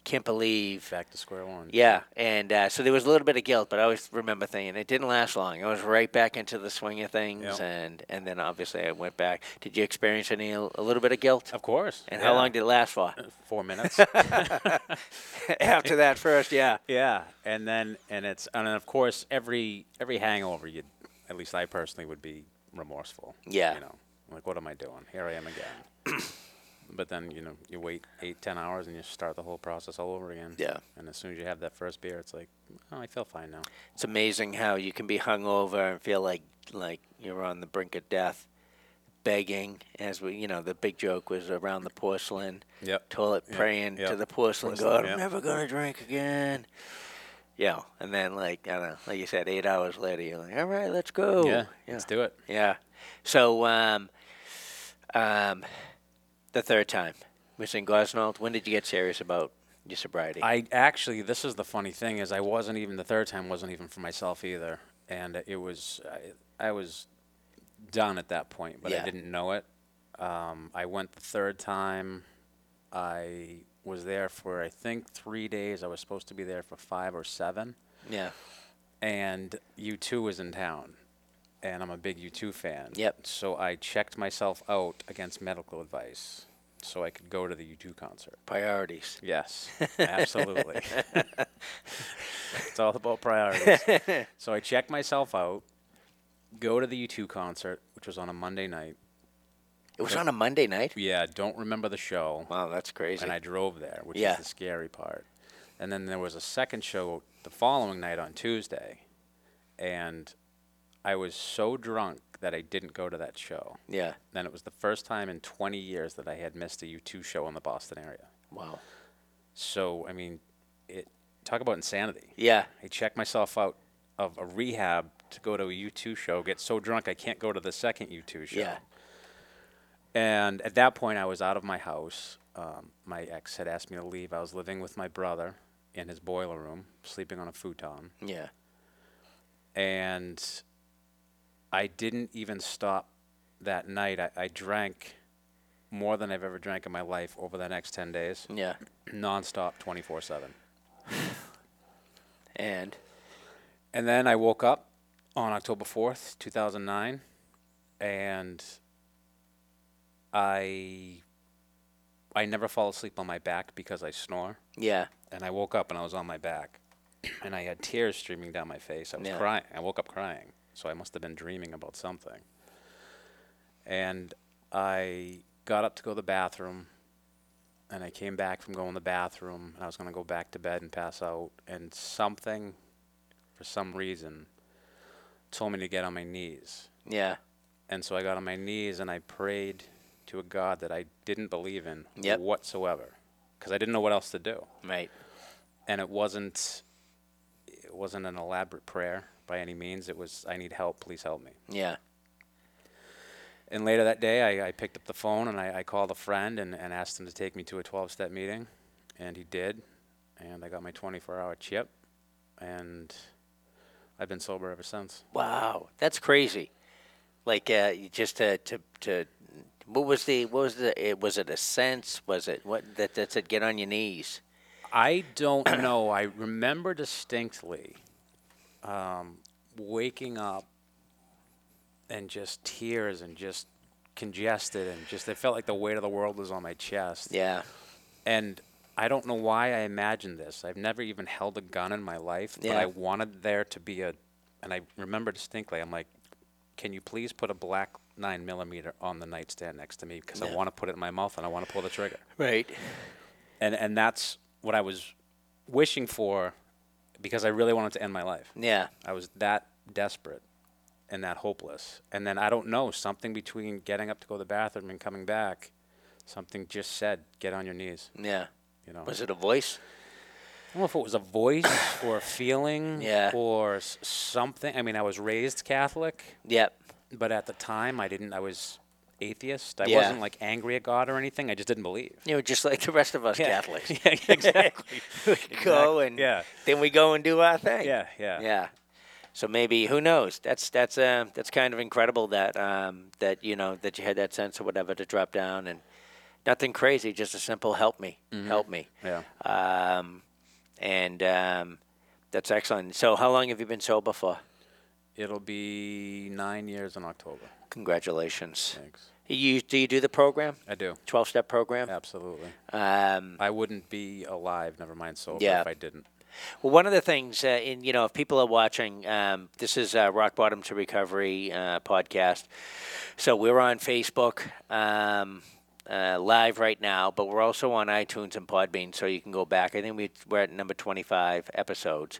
Speaker 1: can't believe
Speaker 2: Back to square one.
Speaker 1: yeah, and uh, so there was a little bit of guilt, but I always remember thinking it didn't last long. I was right back into the swing of things,
Speaker 2: Yep.
Speaker 1: and and then obviously I went back. Did you experience any a little bit of guilt?
Speaker 2: Of course.
Speaker 1: And
Speaker 2: yeah.
Speaker 1: how long did it last for?
Speaker 2: Four minutes.
Speaker 1: After that first, yeah,
Speaker 2: yeah, and then and it's and then of course every every hangover you, at least I personally would be remorseful.
Speaker 1: Yeah.
Speaker 2: You know, like what am I doing? Here I am again. but then you know you wait eight ten hours and you start the whole process all over again.
Speaker 1: Yeah.
Speaker 2: And as soon as you have that first beer, it's like, oh, I feel fine now.
Speaker 1: it's amazing how you can be hungover and feel like like you're on the brink of death, begging. As we, you know, the big joke was around the porcelain
Speaker 2: Yep.
Speaker 1: toilet, praying to
Speaker 2: yep.
Speaker 1: the porcelain,
Speaker 2: Porcelain,
Speaker 1: God,
Speaker 2: yep.
Speaker 1: I'm never gonna drink again. Yeah, and then like I don't know, like you said, eight hours later, you're like, all right, let's go.
Speaker 2: yeah.
Speaker 1: yeah.
Speaker 2: Let's do it.
Speaker 1: Yeah. So, um, um, the third time was in Gosnold. When did you get serious about your sobriety?
Speaker 2: I actually, this is the funny thing is I wasn't even the third time wasn't even for myself either, and it was I, I was done at that point, but
Speaker 1: Yeah.
Speaker 2: I didn't know it. Um, I went the third time. I was there for I think three days. I was supposed to be there for five or seven,
Speaker 1: yeah.
Speaker 2: and U two was in town, and I'm a big U two fan.
Speaker 1: Yep.
Speaker 2: So I checked myself out against medical advice, so I could go to the U two concert.
Speaker 1: Priorities.
Speaker 2: Yes, absolutely. it's all about priorities. so I check myself out, go to the U2 concert, which was on a Monday night.
Speaker 1: It was on a Monday night.
Speaker 2: Yeah, don't remember the show.
Speaker 1: Wow, that's crazy.
Speaker 2: And I drove there, which
Speaker 1: Yeah.
Speaker 2: is the scary part. And then there was a second show the following night on Tuesday. And I was so drunk that I didn't go to that show.
Speaker 1: yeah.
Speaker 2: Then it was the first time in 20 years that I had missed a U2 show in the Boston area.
Speaker 1: Wow.
Speaker 2: So I mean, it talk about insanity.
Speaker 1: Yeah.
Speaker 2: I checked myself out of a rehab to go to a U2 show. Get so drunk I can't go to the second U2 show.
Speaker 1: Yeah.
Speaker 2: And at that point, I was out of my house. Um, my ex had asked me to leave. I was living with my brother in his boiler room, sleeping on a futon,
Speaker 1: Yeah.
Speaker 2: and I didn't even stop that night. I, I drank more than I've ever drank in my life over the next ten days,
Speaker 1: Yeah.
Speaker 2: nonstop, twenty four seven.
Speaker 1: And
Speaker 2: And then I woke up on October 4th, 2009, and I I never fall asleep on my back because I snore.
Speaker 1: Yeah.
Speaker 2: And I woke up and I was on my back, and I had tears streaming down my face. I was
Speaker 1: Yeah.
Speaker 2: crying. I woke up crying, so I must have been dreaming about something. And I got up to go to the bathroom, and I came back from going to the bathroom, and I was going to go back to bed and pass out, and something, for some reason, told me to get on my knees.
Speaker 1: Yeah.
Speaker 2: And so I got on my knees and I prayed to a God that I didn't believe in
Speaker 1: Yep.
Speaker 2: whatsoever because I didn't know what else to do.
Speaker 1: Right.
Speaker 2: And it wasn't it wasn't an elaborate prayer by any means. It was I need help, please help me.
Speaker 1: Yeah.
Speaker 2: And later that day I, I picked up the phone and I, I called a friend and, and asked him to take me to a twelve step meeting and he did. And I got my twenty four hour chip and I've been sober ever since.
Speaker 1: Wow. That's crazy. Like uh, you just to, to to what was the what was the it, was it a sense was it what that that said get on your knees.
Speaker 2: I don't know. I remember distinctly um, waking up and just tears and just congested and just it felt like the weight of the world was on my chest.
Speaker 1: Yeah.
Speaker 2: And I don't know why I imagined this. I've never even held a gun in my life, but
Speaker 1: Yeah.
Speaker 2: I wanted there to be a. And I remember distinctly. I'm like, can you please put a black nine millimeter on the nightstand next to me because I
Speaker 1: Yeah.
Speaker 2: want to put it in my mouth and I want to pull the trigger
Speaker 1: Right.
Speaker 2: and and that's what I was wishing for because I really wanted to end my life.
Speaker 1: Yeah.
Speaker 2: I was that desperate and that hopeless. And then I don't know something between getting up to go to the bathroom and coming back, something just said, "Get on your knees."
Speaker 1: Yeah.
Speaker 2: You know,
Speaker 1: Was it a voice?
Speaker 2: I don't know if it was a voice or a feeling
Speaker 1: Yeah.
Speaker 2: or s- something. I mean, I was raised Catholic,
Speaker 1: Yep.
Speaker 2: but at the time I didn't. I was atheist. I
Speaker 1: Yeah.
Speaker 2: wasn't like angry at God or anything. I just didn't believe.
Speaker 1: You know, just like the rest of us Catholics.
Speaker 2: yeah, exactly.
Speaker 1: go and
Speaker 2: Yeah.
Speaker 1: then we go and do our thing.
Speaker 2: yeah, yeah.
Speaker 1: Yeah. So maybe who knows? That's that's uh, that's kind of incredible that um, that you know that you had that sense or whatever to drop down and nothing crazy, just a simple help me, help me,
Speaker 2: Yeah.
Speaker 1: um, and um, that's excellent. So how long have you been sober for?
Speaker 2: It'll be nine years in October.
Speaker 1: Congratulations.
Speaker 2: Thanks.
Speaker 1: You do you do the program,
Speaker 2: I do.
Speaker 1: twelve step program?
Speaker 2: Absolutely.
Speaker 1: Um,
Speaker 2: I wouldn't be alive, never mind sober,
Speaker 1: Yeah.
Speaker 2: if I didn't.
Speaker 1: Well, one of the things, uh, in you know, if people are watching, um, this is uh, Rock Bottom to Recovery uh, podcast. So we're on Facebook um, uh, live right now, but we're also on iTunes and Podbean, so you can go back. I think we, we're at number twenty-five episodes,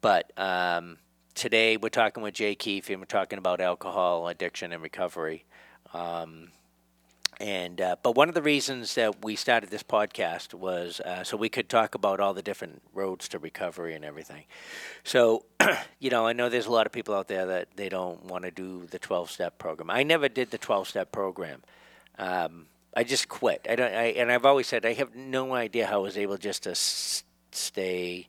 Speaker 1: but. Um, Today we're talking with Jay Keefe and we're talking about alcohol addiction and recovery. And uh, but one of the reasons that we started this podcast was uh, so we could talk about all the different roads to recovery and everything. So, you know, I know there's a lot of people out there that they don't want to do the 12 step program. I never did the 12 step program. Um, I just quit. I don't. I, and I've always said I have no idea how I was able just to s- stay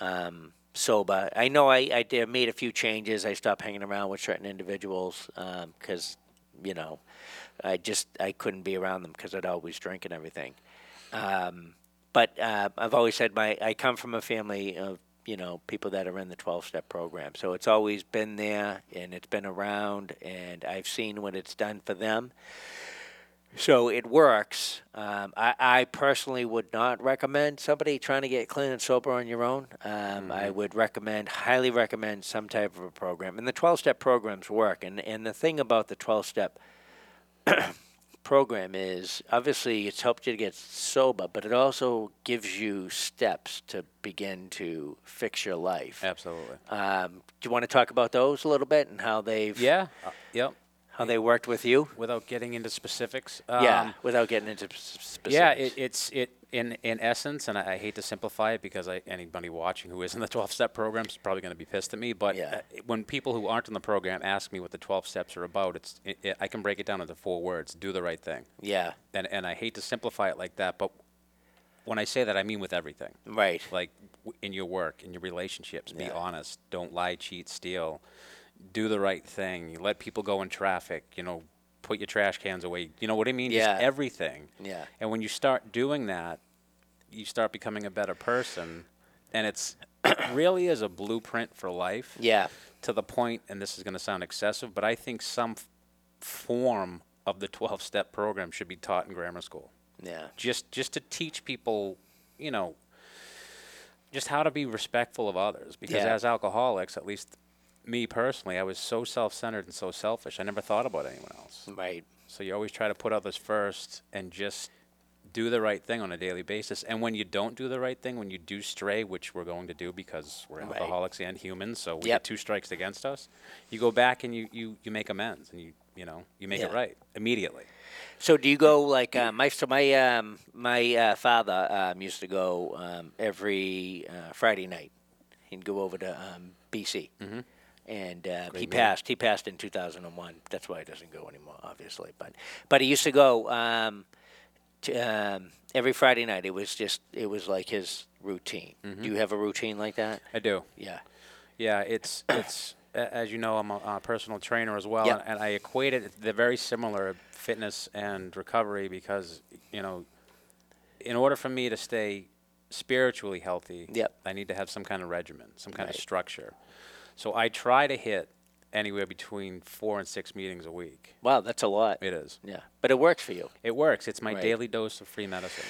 Speaker 1: um, sober. I know I, I did, made a few changes. I stopped hanging around with certain individuals because, you know, I just I couldn't be around them because I'd always drink and everything. Um, but uh, I've always said my I come from a family of you know people that are in the twelve step program, so it's always been there and it's been around, and I've seen what it's done for them. So it works. Um, I, I personally would not recommend somebody trying to get clean and sober on your own. Um, I
Speaker 2: Mm-hmm.
Speaker 1: would recommend, highly recommend, some type of a program. And the 12 step programs work. And, and the thing about the 12 step program is obviously it's helped you to get sober, but it also gives you steps to begin to fix your life.
Speaker 2: Absolutely.
Speaker 1: Um, do you want to talk about those a little bit and how they've
Speaker 2: Yeah. Uh, yep.
Speaker 1: how they worked with you?
Speaker 2: Without getting into specifics.
Speaker 1: yeah,
Speaker 2: um,
Speaker 1: without getting into s- specifics.
Speaker 2: Yeah, it, it's it in in essence, and I, I hate to simplify it because I, anybody watching who is in the twelve step program is probably going to be pissed at me. But
Speaker 1: Yeah.
Speaker 2: uh, when people who aren't in the program ask me what the twelve steps are about, it's it, it, I can break it down into four words: do the right thing.
Speaker 1: yeah.
Speaker 2: And and I hate to simplify it like that, but when I say that, I mean with everything.
Speaker 1: Right.
Speaker 2: like w- in your work, in your relationships, be
Speaker 1: Yeah.
Speaker 2: honest. Don't lie, cheat, steal. Do the right thing. You Let people go in traffic. You know, put your trash cans away. You know what I mean?
Speaker 1: Yeah.
Speaker 2: Just everything.
Speaker 1: Yeah.
Speaker 2: And when you start doing that, you start becoming a better person, and it's it really is a blueprint for life.
Speaker 1: Yeah.
Speaker 2: To the point, and this is going to sound excessive, but I think some f- form of the 12-step program should be taught in grammar school.
Speaker 1: Yeah.
Speaker 2: just just to teach people, you know, just how to be respectful of others. Because
Speaker 1: Yeah.
Speaker 2: as alcoholics, at least me personally, I was so self-centered and so selfish. I never thought about anyone else.
Speaker 1: Right.
Speaker 2: So you always try to put others first and just do the right thing on a daily basis. And when you don't do the right thing, when you do stray, which we're going to do because we're
Speaker 1: Right.
Speaker 2: alcoholics and humans, so we
Speaker 1: Yep.
Speaker 2: get two strikes against us, you go back and you, you, you make amends and you you know, you make it
Speaker 1: Yeah.
Speaker 2: right immediately.
Speaker 1: So do you go like uh, my so my um, my uh, father um, used to go um, every uh, Friday night. He'd go over to um, BC, mm-hmm. and uh, he
Speaker 2: movie.
Speaker 1: passed. He passed in 2001. That's why he doesn't go anymore, obviously. But but he used to go um, to, um, every Friday night. It was just it was like his routine. Do you have a routine like that?
Speaker 2: I do.
Speaker 1: Yeah.
Speaker 2: Yeah, it's it's a- as you know, I'm a, uh personal trainer as well,
Speaker 1: Yep.
Speaker 2: and, and I equate it. They're very similar, fitness and recovery, because you know, in order for me to stay spiritually healthy,
Speaker 1: Yep.
Speaker 2: I need to have some kind of regimen, some kind
Speaker 1: Right.
Speaker 2: of structure. So I try to hit anywhere between four and six meetings a week.
Speaker 1: Wow, that's a lot.
Speaker 2: It is.
Speaker 1: Yeah, but it works for you.
Speaker 2: It works. It's my
Speaker 1: Right.
Speaker 2: daily dose of free medicine.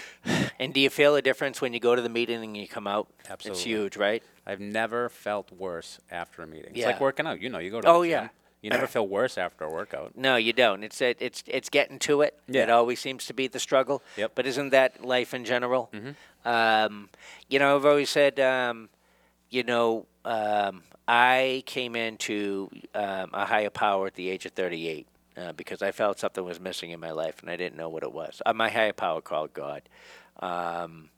Speaker 1: And do you feel a difference when you go to the meeting and you come out? It's
Speaker 2: Absolutely.
Speaker 1: huge, right?
Speaker 2: I've never felt worse after a meeting. It's like
Speaker 1: Yeah.
Speaker 2: working out. You know, you go to
Speaker 1: Oh,
Speaker 2: the
Speaker 1: yeah.
Speaker 2: gym. You never feel worse after a workout.
Speaker 1: No, you don't. It's it, it's it's getting to it. It
Speaker 2: Yeah.
Speaker 1: always seems to be the struggle.
Speaker 2: Yep.
Speaker 1: But isn't that life in general? Mm-hmm. Um, you know, I've always said, um, you know, um, I came into um, a higher power at the age of 38 uh, because I felt something was missing in my life and I didn't know what it was. Uh, my higher power called God. Um,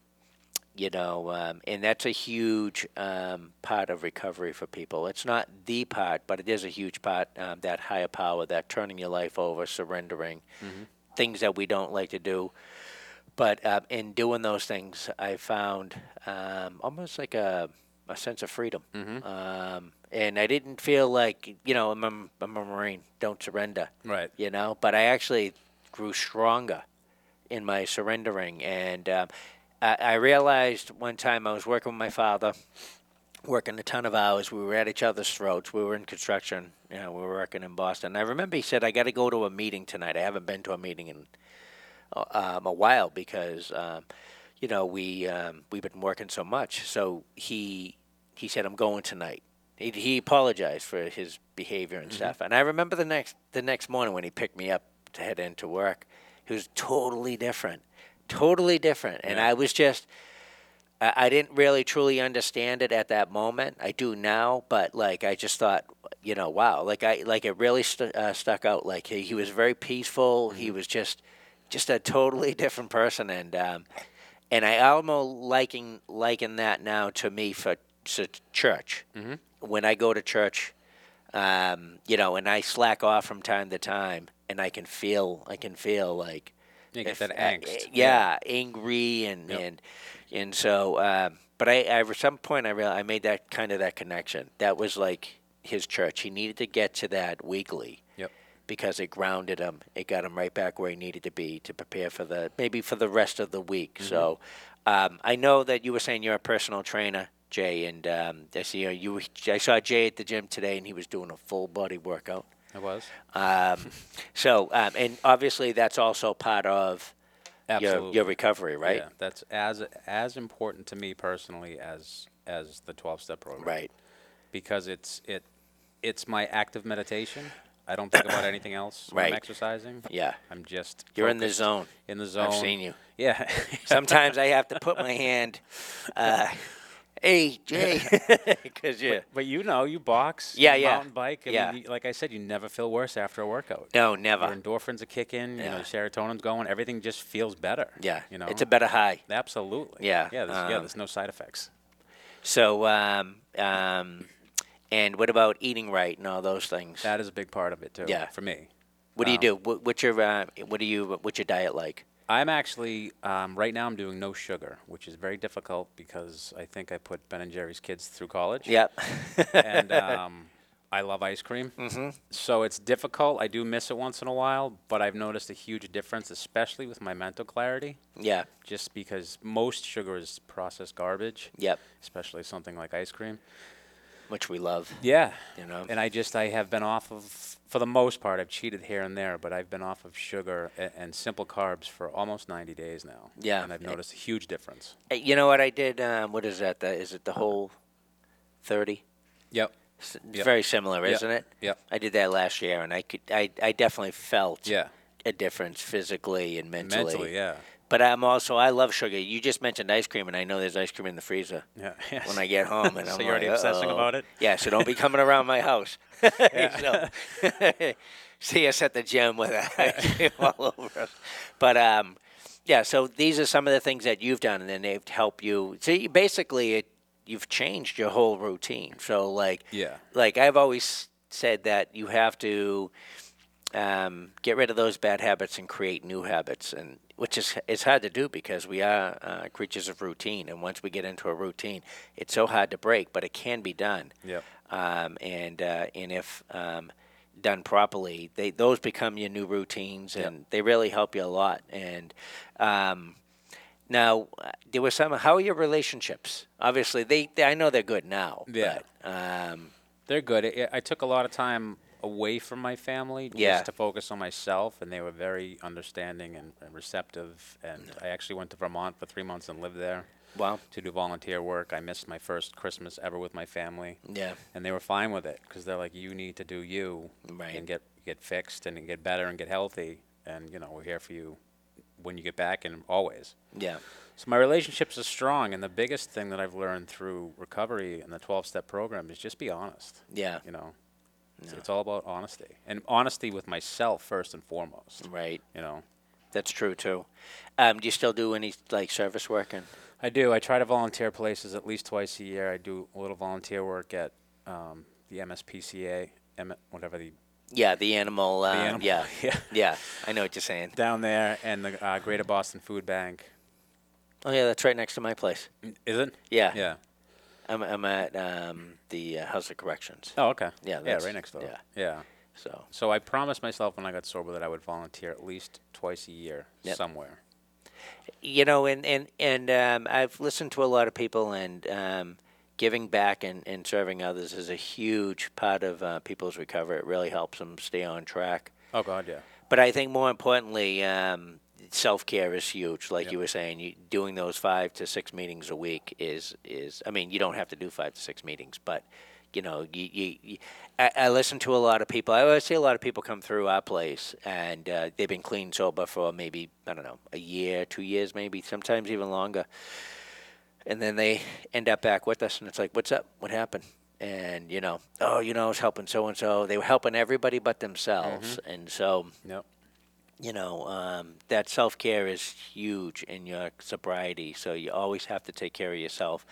Speaker 1: you know, um, and that's a huge um, part of recovery for people. It's not the part, but it is a huge part. Um, that higher power, that turning your life over, surrendering, things that we don't like to do. But uh, in doing those things, I found um, almost like a, a sense of freedom. Um, and I didn't feel like, you know, I'm, I'm a Marine, don't surrender
Speaker 2: Right.
Speaker 1: you know. But I actually grew stronger in my surrendering, and um, I, I realized one time I was working with my father, working a ton of hours. We were at each other's throats. We were in construction. You know, we were working in Boston. I remember he said, "I got to go to a meeting tonight. I haven't been to a meeting in um, a while because um, you know we um, we've been working so much. So he he said I'm going tonight. He, he apologized for his behavior and stuff. And I remember the next the next morning when he picked me up to head into work, he was totally different, totally different. And
Speaker 2: Yeah.
Speaker 1: I was just I, I didn't really truly understand it at that moment. I do now, but like I just thought, you know, wow, like I like it really stu- uh, stuck out. Like he, he was very peaceful. He was just just a totally different person, and um, and I almost liking liken that now to me for to church. Mm-hmm. When I go to church, um, you know, and I slack off from time to time, and I can feel I can feel like
Speaker 2: You get
Speaker 1: if-
Speaker 2: that
Speaker 1: uh,
Speaker 2: angst.
Speaker 1: uh, yeah, angry and
Speaker 2: Yep.
Speaker 1: and and so. Um, but I, I, at some point, I real I made that kind of that connection. That was like his church. He needed to get to that weekly
Speaker 2: Yep.
Speaker 1: because it grounded him. It got him right back where he needed to be to prepare for the maybe for the rest of the week.
Speaker 2: Mm-hmm.
Speaker 1: So um, I know that you were saying you're a personal trainer, Jay, and um, I see you, you. I saw Jay at the gym today, and he was doing a full body workout.
Speaker 2: It was.
Speaker 1: Um, so um, and obviously that's also part of your,
Speaker 2: Absolutely.
Speaker 1: your recovery, right?
Speaker 2: Yeah, that's as as important to me personally as as the 12 step program.
Speaker 1: Right.
Speaker 2: Because it's it it's my active meditation. I don't think about anything else when I'm
Speaker 1: Right.
Speaker 2: exercising.
Speaker 1: Yeah.
Speaker 2: I'm just
Speaker 1: You're in the
Speaker 2: focused,
Speaker 1: zone.
Speaker 2: In the zone.
Speaker 1: I've seen you.
Speaker 2: Yeah.
Speaker 1: Sometimes I have to put my hand, uh, hey Jay, because yeah.
Speaker 2: But you know, you box,
Speaker 1: Yeah,
Speaker 2: you
Speaker 1: yeah.
Speaker 2: mountain bike. I
Speaker 1: Yeah.
Speaker 2: mean, you, like I said, you never feel worse after a workout.
Speaker 1: No, never.
Speaker 2: Your endorphins are kicking, you know,
Speaker 1: Yeah.
Speaker 2: your serotonin's going, everything just feels better.
Speaker 1: Yeah,
Speaker 2: You know.
Speaker 1: it's a better high.
Speaker 2: Absolutely.
Speaker 1: Yeah,
Speaker 2: Yeah, there's, yeah,
Speaker 1: um,
Speaker 2: there's no side effects.
Speaker 1: So, um, um, and what about eating right and all those things?
Speaker 2: That is a big part of it too.
Speaker 1: Yeah.
Speaker 2: For me,
Speaker 1: what do you do? What, what's your uh, what do you what's your diet like?
Speaker 2: I'm actually um, right now I'm doing no sugar, which is very difficult because I think I put Ben and Jerry's kids through college.
Speaker 1: Yep.
Speaker 2: And um, I love ice cream. Mm-hmm. So it's difficult. I do miss it once in a while, but I've noticed a huge difference, especially with my mental clarity,
Speaker 1: yeah.
Speaker 2: just because most sugar is processed garbage.
Speaker 1: Yep.
Speaker 2: especially something like ice cream.
Speaker 1: which we love.
Speaker 2: Yeah.
Speaker 1: You know?
Speaker 2: And I just I have been off of for the most part I've cheated here and there, but I've been off of sugar and, and simple carbs for almost 90 days now.
Speaker 1: Yeah.
Speaker 2: And I've noticed a huge difference.
Speaker 1: Uh, You know what I did? Um, what is that? The, is it the whole 30?
Speaker 2: Yep.
Speaker 1: It's
Speaker 2: Yep.
Speaker 1: very similar,
Speaker 2: Yep.
Speaker 1: isn't it?
Speaker 2: Yep.
Speaker 1: I did that last year, and I could, I, I definitely felt
Speaker 2: Yeah.
Speaker 1: a difference physically and mentally.
Speaker 2: Mentally, yeah.
Speaker 1: But I'm also, I love sugar. You just mentioned ice cream, and I know there's ice cream in the freezer.
Speaker 2: Yeah.
Speaker 1: When I get home, and
Speaker 3: So
Speaker 1: I'm
Speaker 3: you're already
Speaker 1: like,
Speaker 3: obsessing
Speaker 1: "Uh-oh."
Speaker 3: about it?
Speaker 1: Yeah, so don't be coming around my house. So- see us at the gym with ice cream all over us. But um, yeah, so these are some of the things that you've done, and then they've helped you. So you basically, it, you've changed your whole routine. So like,
Speaker 2: Yeah.
Speaker 1: like I've always said that you have to um, get rid of those bad habits and create new habits, and which is it's hard to do because we are uh, creatures of routine, and once we get into a routine, it's so hard to break, but it can be done.
Speaker 2: Yep.
Speaker 1: Um, and uh, and if um, done properly, they those become your new routines, and they really help you a lot. And um, now uh, there was some. How are your relationships? Obviously, they, they I know they're good now.
Speaker 2: Yeah.
Speaker 1: But, um,
Speaker 2: They're good. I, I took a lot of time away from my family
Speaker 1: Yeah.
Speaker 2: just to focus on myself, and they were very understanding and, and receptive. And I actually went to Vermont for three months and lived there
Speaker 1: Wow.
Speaker 2: to do volunteer work. I missed my first Christmas ever with my family.
Speaker 1: Yeah.
Speaker 2: and they were fine with it because they're like, you need to do you
Speaker 1: Right.
Speaker 2: and get get fixed and get better and get healthy, and you know we're here for you when you get back and always.
Speaker 1: Yeah.
Speaker 2: So my relationships are strong, and the biggest thing that I've learned through recovery and the twelve step program is just be honest.
Speaker 1: Yeah.
Speaker 2: you know, it's, it's all about honesty and honesty with myself first and foremost.
Speaker 1: Right.
Speaker 2: You know,
Speaker 1: That's true too. Um, do you still do any like service work and?
Speaker 2: I do. I try to volunteer places at least twice a year. I do a little volunteer work at um, the MSPCA, M- whatever the
Speaker 1: Yeah, the animal. Um,
Speaker 2: animal-
Speaker 1: Yeah.
Speaker 2: yeah.
Speaker 1: Yeah. I know what you're saying.
Speaker 2: down there and the uh, Greater Boston Food Bank.
Speaker 1: Oh yeah, that's right next to my place.
Speaker 2: Is it?
Speaker 1: Yeah.
Speaker 2: Yeah.
Speaker 1: I'm I'm at um, the uh, House of Corrections.
Speaker 2: Oh, okay.
Speaker 1: Yeah,
Speaker 2: Yeah,
Speaker 1: that's-
Speaker 2: right next door.
Speaker 1: yeah.
Speaker 2: Yeah.
Speaker 1: So
Speaker 2: So I promised myself when I got sober that I would volunteer at least twice a year
Speaker 1: Yep.
Speaker 2: somewhere.
Speaker 1: you know, and and and um, I've listened to a lot of people, and um, giving back and, and serving others is a huge part of uh, people's recovery. It really helps them stay on track.
Speaker 2: Oh God, yeah.
Speaker 1: But I think more importantly, um, self care is huge. Like you were saying, you, doing those five to six meetings a week is is. I mean, you don't have to do five to six meetings, but you know, you, you, you I, I listen to a lot of people. I always see a lot of people come through our place, and uh, they've been clean sober for maybe I don't know a year, two years, maybe sometimes even longer and then they end up back with us, and it's like, what's up? What happened? And you know, oh, you know, I was helping so and so. They were helping everybody but themselves, and so
Speaker 2: Yep.
Speaker 1: you know um, that self care is huge in your sobriety. So you always have to take care of yourself.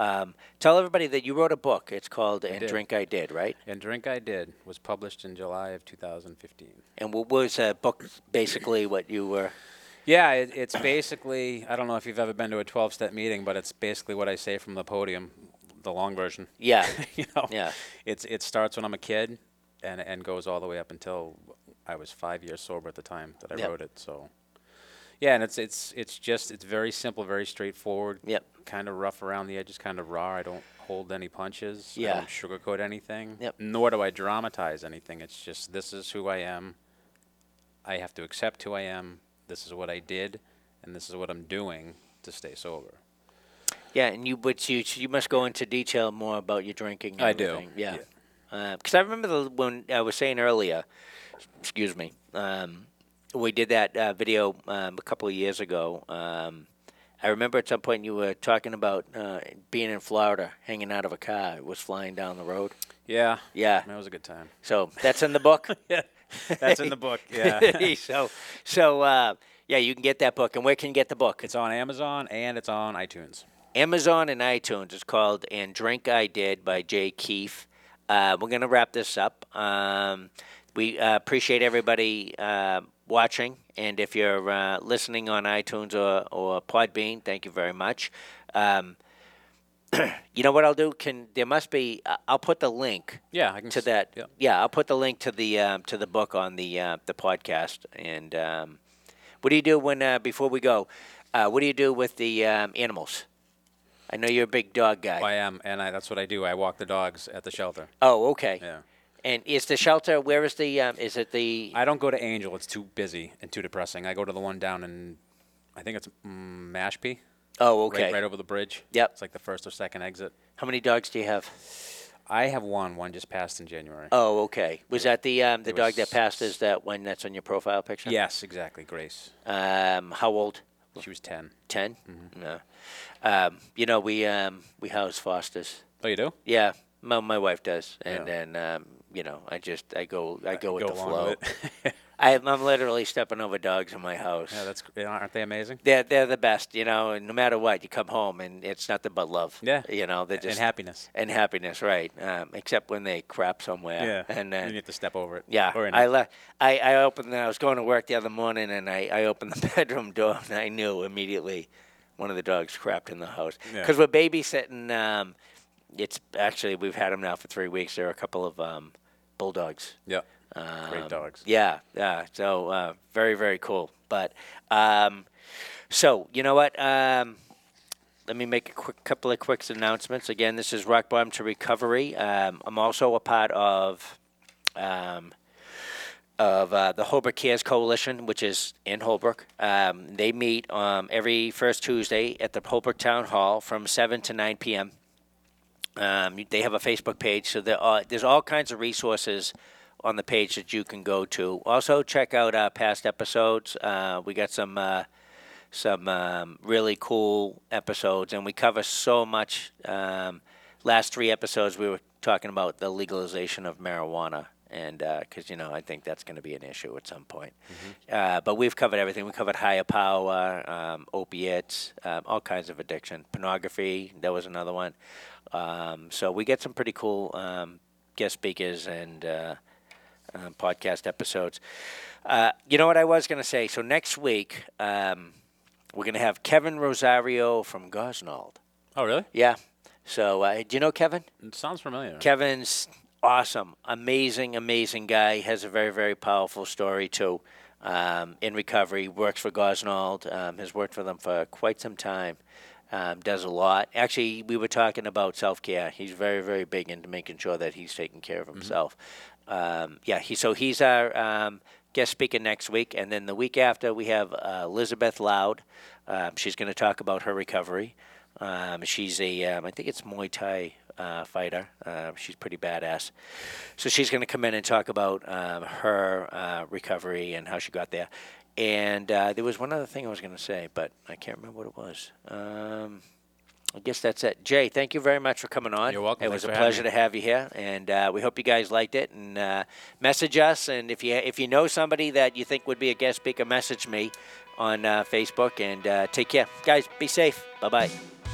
Speaker 1: Um, tell everybody that you wrote a book. It's called "And
Speaker 2: did.
Speaker 1: Drink I Did," right?
Speaker 2: And Drink I Did was published in July of 2015.
Speaker 1: And what was that book basically? What you were?
Speaker 2: Yeah, it, it's basically I don't know if you've ever been to a 12 step meeting, but it's basically what I say from the podium, the long version.
Speaker 1: Yeah,
Speaker 2: you know,
Speaker 1: Yeah.
Speaker 2: It's it starts when I'm a kid, and and goes all the way up until I was five years sober at the time that I
Speaker 1: Yep.
Speaker 2: wrote it. So, yeah, and it's it's it's just it's very simple, very straightforward.
Speaker 1: Yep.
Speaker 2: Kind of rough around the edges, kind of raw. I don't hold any punches.
Speaker 1: Yeah.
Speaker 2: I don't sugarcoat anything.
Speaker 1: Yep.
Speaker 2: Nor do I dramatize anything. It's just this is who I am. I have to accept who I am. This is what I did, and this is what I'm doing to stay sober.
Speaker 1: yeah. And you, but you, you must go into detail more about your drinking. And
Speaker 2: I do,
Speaker 1: everything. Yeah.
Speaker 2: yeah.
Speaker 1: because I remember the, when I was saying earlier, excuse me, um, we did that uh, video um, a couple of years ago. Um, I remember at some point you were talking about uh, being in Florida, hanging out of a car. It was flying down the road.
Speaker 2: Yeah.
Speaker 1: Yeah.
Speaker 2: That was a good time.
Speaker 1: So that's in the book.
Speaker 2: Yeah. That's in the book. Yeah.
Speaker 1: so, so uh, yeah, you can get that book. And where can you get the book? It's
Speaker 2: It's on Amazon and it's on iTunes.
Speaker 1: Amazon and iTunes. It's called "And Drink I Did" by Jay Keefe. Uh, we're gonna wrap this up. Um, we uh, appreciate everybody uh, watching, and if you're uh, listening on iTunes or or Podbean, thank you very much. Um, you know what I'll do? Can there must be? I- I'll put the link
Speaker 2: Yeah, I can
Speaker 1: to
Speaker 2: s-
Speaker 1: that.
Speaker 2: yeah.
Speaker 1: I'll put the link to the um, to the book on the uh, the podcast. And um, what do you do when uh, before we go? Uh, what do you do with the um, animals? I know you're a big dog guy.
Speaker 2: I am, and I, that's what I do. I walk the dogs at the shelter.
Speaker 1: Oh, okay.
Speaker 2: Yeah.
Speaker 1: And is the shelter? Where is the? Um, is it the?
Speaker 2: I don't go to Angel. It's too busy and too depressing. I go to the one down in, I think it's mm, Mashpee,
Speaker 1: oh,
Speaker 2: right,
Speaker 1: okay.
Speaker 2: right over the bridge.
Speaker 1: Yep.
Speaker 2: It's like the first or second exit.
Speaker 1: How many dogs do you have?
Speaker 2: I have one. One just passed in January.
Speaker 1: Oh, okay. Was that the um, the
Speaker 2: There
Speaker 1: dog
Speaker 2: was
Speaker 1: that passed? Is that one that's on your profile picture?
Speaker 2: Yes, exactly. Grace.
Speaker 1: Um, how old?
Speaker 2: She was 10.
Speaker 1: 10
Speaker 2: Mm-hmm.
Speaker 1: No. Um, you know we um, we house fosters.
Speaker 2: Oh, you do?
Speaker 1: Yeah, my, my wife does, and
Speaker 2: Yeah.
Speaker 1: then um, you know I just I go I go with the
Speaker 2: go along
Speaker 1: flow.
Speaker 2: with it.
Speaker 1: I, I'm literally stepping over dogs in my house.
Speaker 2: yeah, that's gr- aren't they amazing?
Speaker 1: they're they're the best, you know. And no matter what, you come home and it's nothing but love.
Speaker 2: Yeah.
Speaker 1: you know they're just
Speaker 2: and happiness.
Speaker 1: and happiness, right? Um, except when they crap somewhere. and
Speaker 2: you
Speaker 1: then
Speaker 2: have to step over it.
Speaker 1: yeah,
Speaker 2: Or in
Speaker 1: I
Speaker 2: it.
Speaker 1: left. I I opened. The, I was going to work the other morning, and I I opened the bedroom door, and I knew immediately one of the dogs crapped in the house
Speaker 2: Yeah.
Speaker 1: because we're babysitting. Um, it's actually we've had them now for three weeks. There are a couple of um, bulldogs.
Speaker 2: yeah.
Speaker 1: Um,
Speaker 2: Great dogs.
Speaker 1: Yeah, yeah. So uh, very, very cool. But um, so you know what? Um, let me make a quick couple of quick announcements. Again, this is Rock Bottom to Recovery. Um, I'm also a part of um, of uh, the Holbrook Cares Coalition, which is in Holbrook. Um, they meet um, every first Tuesday at the Holbrook Town Hall from 7 to 9 p.m. Um, you- they have a Facebook page, so there are, there's all kinds of resources on the page that you can go to. Also, check out our past episodes. Uh, we got some uh, some um, really cool episodes, and we cover so much. Um, last three episodes, we were talking about the legalization of marijuana, and because you know, I think that's going to be an issue at some point. Uh, but we've covered everything. We covered higher power, um, opiates, um, all kinds of addiction, pornography. That was another one. Um, so we get some pretty cool um, guest speakers and. Uh, um, podcast episodes. Uh, you know what I was going to say? So next week, um, we're going to have Kevin Rosario from Gosnold.
Speaker 2: Oh, really?
Speaker 1: Yeah. So uh, do you know Kevin?
Speaker 2: It sounds familiar.
Speaker 1: Kevin's awesome, amazing, amazing guy. He has a very, very powerful story too. Um, in recovery, works for Gosnold. Um, has worked for them for quite some time. Um, does a lot. Actually, we were talking about self care. He's very, very big into making sure that he's taking care of himself. Um, yeah. He so he's our um, guest speaker next week, and then the week after we have uh, Elizabeth Loud. Um, she's going to talk about her recovery. Um, she's a, um, I think it's Muay Thai uh, fighter. Uh, she's pretty badass. So she's going to come in and talk about um, her uh, recovery and how she got there. And uh, there was one other thing I was going to say, but I can't remember what it was. Um, I guess that's it. Jay, thank you very much for coming on.
Speaker 2: You're welcome.
Speaker 1: It was
Speaker 2: Thanks
Speaker 1: a
Speaker 2: for having
Speaker 1: pleasure
Speaker 2: me.
Speaker 1: to have you here, and uh, we hope you guys liked it. And uh, message us, and if you if you know somebody that you think would be a guest speaker, message me on uh, Facebook. And uh, take care, guys. Be safe. Bye bye.